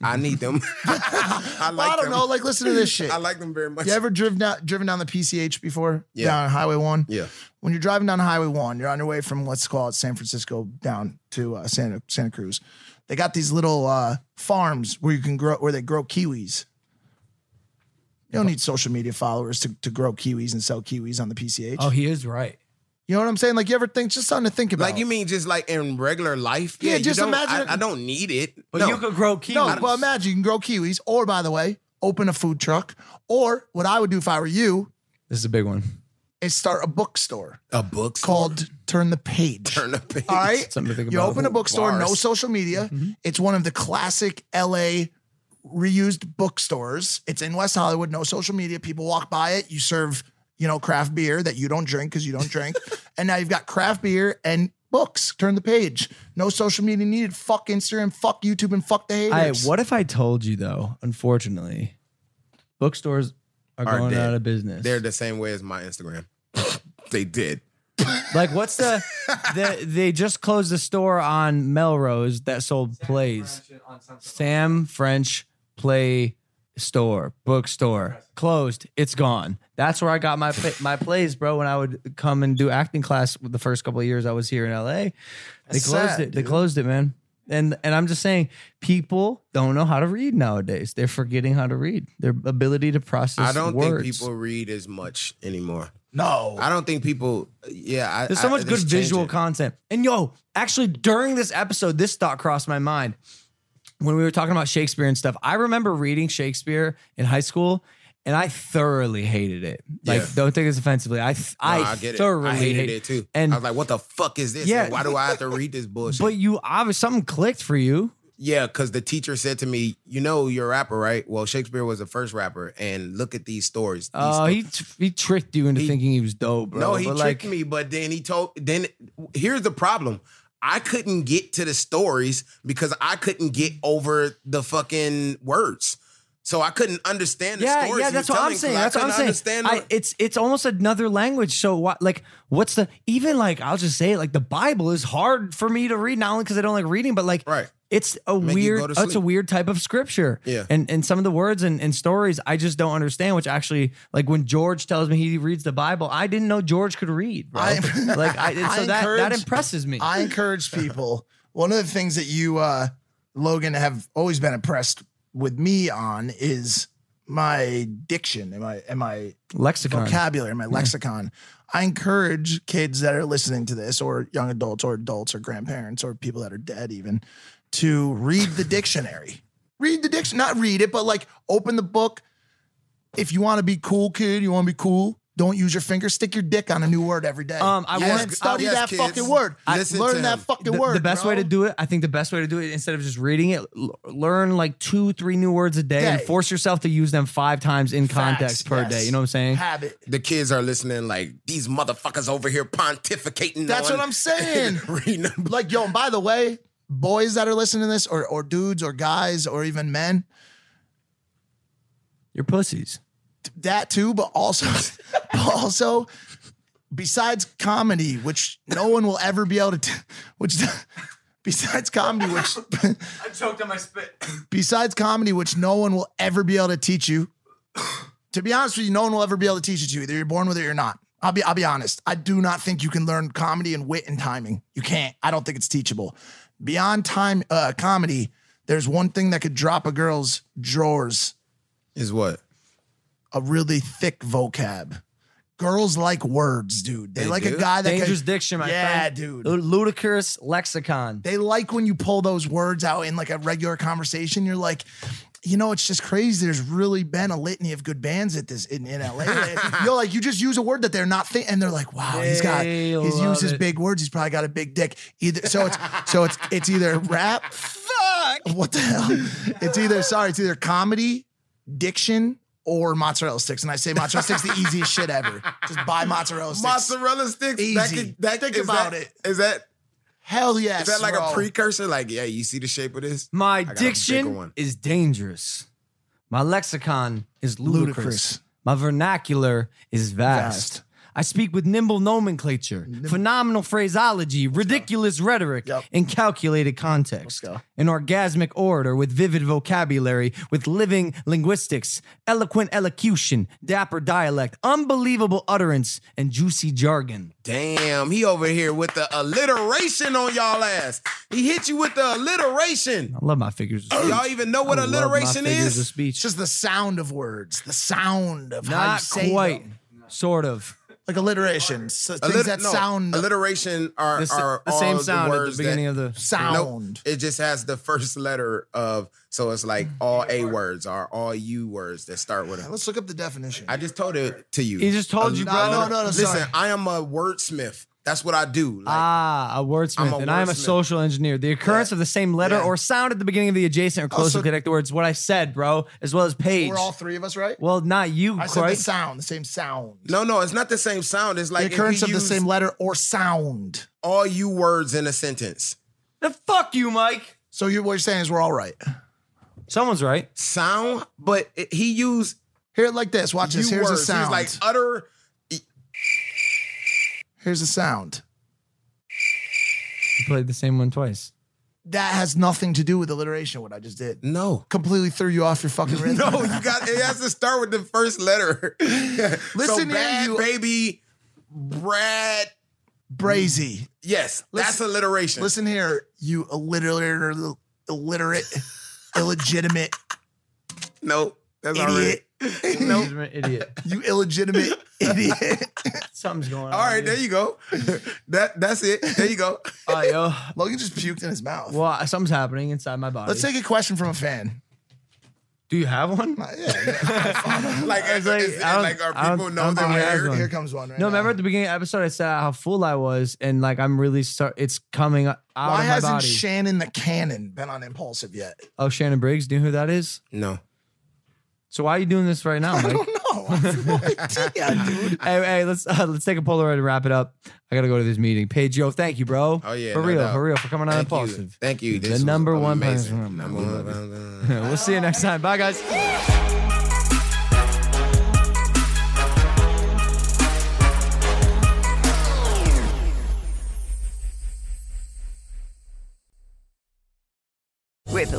I need them. I like don't them. know. Like, listen to this shit. I like them very much. you ever driven down driven down the PCH before? Yeah. Down Highway One. Yeah. When you're driving down Highway One, you're on your way from let's call it San Francisco down to uh, Santa Santa Cruz. They got these little uh, farms where you can grow where they grow kiwis. You don't need social media followers to, to grow kiwis and sell kiwis on the PCH. oh, he is right. You know what I'm saying? Like you ever think just something to think about. Like you mean just like in regular life? Yeah, you just don't- imagine- I, I don't need it. But No. you could grow kiwis. No, but imagine you can grow kiwis, or by the way, open a food truck, or what I would do if I were you this is a big one. is start a bookstore a book called Turn the Page. Oh. Turn the page. All right, Something to think you about. open a bookstore, no Bars. Mm-hmm. social media. It's one of the classic LA reused bookstores. It's in West Hollywood, no social media. People walk by it. You serve, you know, craft beer that you don't drink because you don't drink, and now you've got craft beer and. Books, turn the page. No social media needed. Fuck Instagram, fuck YouTube, and fuck the I, haters. what if I told you though? Unfortunately, bookstores are, Are going dead. out of business. They're the same way as my Instagram. they did. like, what's the, the? They just closed the store on Melrose that sold plays. Sam French Play Store bookstore closed. It's gone. That's where I got my pla- my plays, bro. When I would come and do acting class with the first couple of years I was here in LA, they closed sad, it. They closed it, man. And and I'm just saying, people don't know how to read nowadays. They're forgetting how to read. Their ability to process. I don't words. think people read as much anymore. no, I don't think people. Yeah, I, There's so I- much it's good visual changing. content. And yo, actually, during this episode, this thought crossed my mind when we were talking about Shakespeare and stuff. I remember reading Shakespeare in high school. And I thoroughly hated it. Like, Yeah. don't take this offensively. I th- No, I, I get it. thoroughly I hated hate- it too. And I was like, "What the fuck is this? Yeah. Yeah, why do I have to read this bullshit?" but you obviously something clicked for you. Yeah, because the teacher said to me, "You know, you're a rapper, right? Well, Shakespeare was the first rapper, and look at these stories. These Oh, he tr- he tricked you into thinking he was dope, bro. no, he But, tricked like, me, but then he told. Then here's the problem: I couldn't get to the stories because I couldn't get Mm. over the fucking words, so I couldn't understand the Yeah, stories. yeah, he was that's what I'm telling 'cause saying. I That's what I'm couldn't saying. Understand I, the- it's it's almost another language. So what? Like, what's the even like? I'll just say it. Like, the Bible is hard for me to read not only because I don't like reading, but like, Right. It's a Make you go weird. to It's a sleep. weird type of scripture. Yeah. And and some of the words and, and stories I just don't understand. Which actually, like when George tells me he reads the Bible, I didn't know George could read. Bro. I- like, I, and I so that that encourage- impresses me. I encourage people. One of the things that you, uh, Logan, have always been impressed with me on is my diction and my and my Lexicon. vocabulary, my lexicon. I encourage kids that are listening to this, or young adults, or adults, or grandparents, or people that are dead, even to read the dictionary. Read the diction, not read it, but like open the book. If you want to be cool, kid, you want to be cool. Don't use your finger. Stick your dick on a new word every day. Um, I And was- then study yes, that kids. fucking word. I- Listen to Learn him. that fucking the, word. the best way to bro. do it, I think the best way to do it instead of just reading it, l- learn like two, three new words a day and Day. force yourself to use them five times in context Facts, per yes. day. You know what I'm saying? Habit. the kids are listening, like these motherfuckers over here pontificating. That's on- what I'm saying. reading them. Like, yo, and by the way, boys that are listening to this, or or dudes, or guys, or even men, Your pussies. that too, but also, but also, besides comedy, which no one will ever be able to, t- which besides comedy, which I choked on my spit. besides comedy, which no one will ever be able to teach you. to be honest with you, no one will ever be able to teach it to you. Either you're born with it or you're not. I'll be I'll be honest. I do not think you can learn comedy and wit and timing. You can't. I don't think it's teachable. Beyond time uh, comedy, there's one thing that could drop a girl's drawers Is what? a really thick vocab. Girls like words, dude. They, They like a do? guy that Dangerous can, diction, my yeah, friend. dude. Ludicrous lexicon. They like when you pull those words out in like a regular conversation. You're like, you know, it's just crazy. There's really been a litany of good bands at this in, in LA. You're like, you just use a word that they're not thinking, and they're like, wow, he's got They he's used love his it. big words. He's probably got a big dick. Either so it's so it's it's either rap. Fuck. What the hell? It's either sorry. It's either comedy, diction. Or mozzarella sticks, and I say mozzarella sticks the easiest shit ever. Just buy mozzarella sticks. Mozzarella sticks. Easy. Think is about that- it. Is that Hell yes. is that like bro. a precursor? Like, yeah, you see the shape of this? My got a bigger diction one. is dangerous. My lexicon is ludicrous. Ludicrous. My vernacular is vast. Vast. I speak with nimble nomenclature, phenomenal phraseology, ridiculous rhetoric, Yep. and calculated context. Let's go. An orgasmic orator with vivid vocabulary, with living linguistics, eloquent elocution, dapper dialect, unbelievable utterance, and juicy jargon. Damn, he over here with the alliteration on y'all ass. He hit you with the alliteration. I love my figures. of Y'all speech. even know what I love my alliteration figures of is? It's speech. just the sound of words, the sound of how you Not say quite. them. Sort of. like alliteration, so things Allit- that no, sound alliteration are, The, s- are the all same sound at words the beginning that, of the sound. Nope, it just has the first letter of so it's Mm. like all a words are all u words that start with a. Let's look up the definition. I just told it to you. He just told you, No, bro. no, no, no, Listen, sorry. I am a wordsmith. That's what I do. Like, Ah, a wordsmith, I'm a and I am a wordsmith. social engineer. The occurrence of the same letter Yeah. or sound at the beginning of the adjacent or closely Also- connected words. What I said, bro, as well as Paige. We're all three of us, right? well, not you, I said the Christ. sound, the same sound. no, no, it's not the same sound. It's like the occurrence if of we the use same letter or sound. all u words in a sentence. The fuck you, Mike. So you, what you're saying is we're all right. Someone's right. Sound, but it- he used Hear it like this. Watch u this. Here's words. a sound. He's like utter. Here's a sound. You played the same one twice. That has nothing to do with alliteration. What I just did No. completely threw you off your fucking rhythm. No, you got it has to start with the first letter. Listen so here, bad you- baby Brad. brazy. Yes, that's Listen- alliteration. Listen here, you illiterate, illiterate, illegitimate no, that's idiot. already. no. You're an idiot. You illegitimate idiot. Something's going on. All right, there you go. that that's it. There you go. All right, yo. Logan just puked in his mouth. Well, something's happening inside my body. Let's take a question from a fan. Do you have one? Yeah, Like, is, like, is it I don't- like I our people don't- know I don't that think he we're has here? one. here comes one. Right No, now. remember at the beginning of the episode, I said how full I was, and like I'm really start. It's coming out of Why my hasn't body. Shannon the Cannon been on Impulsive yet? oh, Shannon Briggs, do you know who that is? No. So why are you doing this right now, Mike? No, I have no idea, Oh, dude. hey, hey, let's uh, let's take a Polaroid and wrap it up. I gotta go to this meeting. Pedro, thank you, bro. Oh, yeah, for no real, doubt. for real, for coming on impulsive. Thank you. The number was one amazing. person. Number one. We'll see you next time. Bye, guys. With the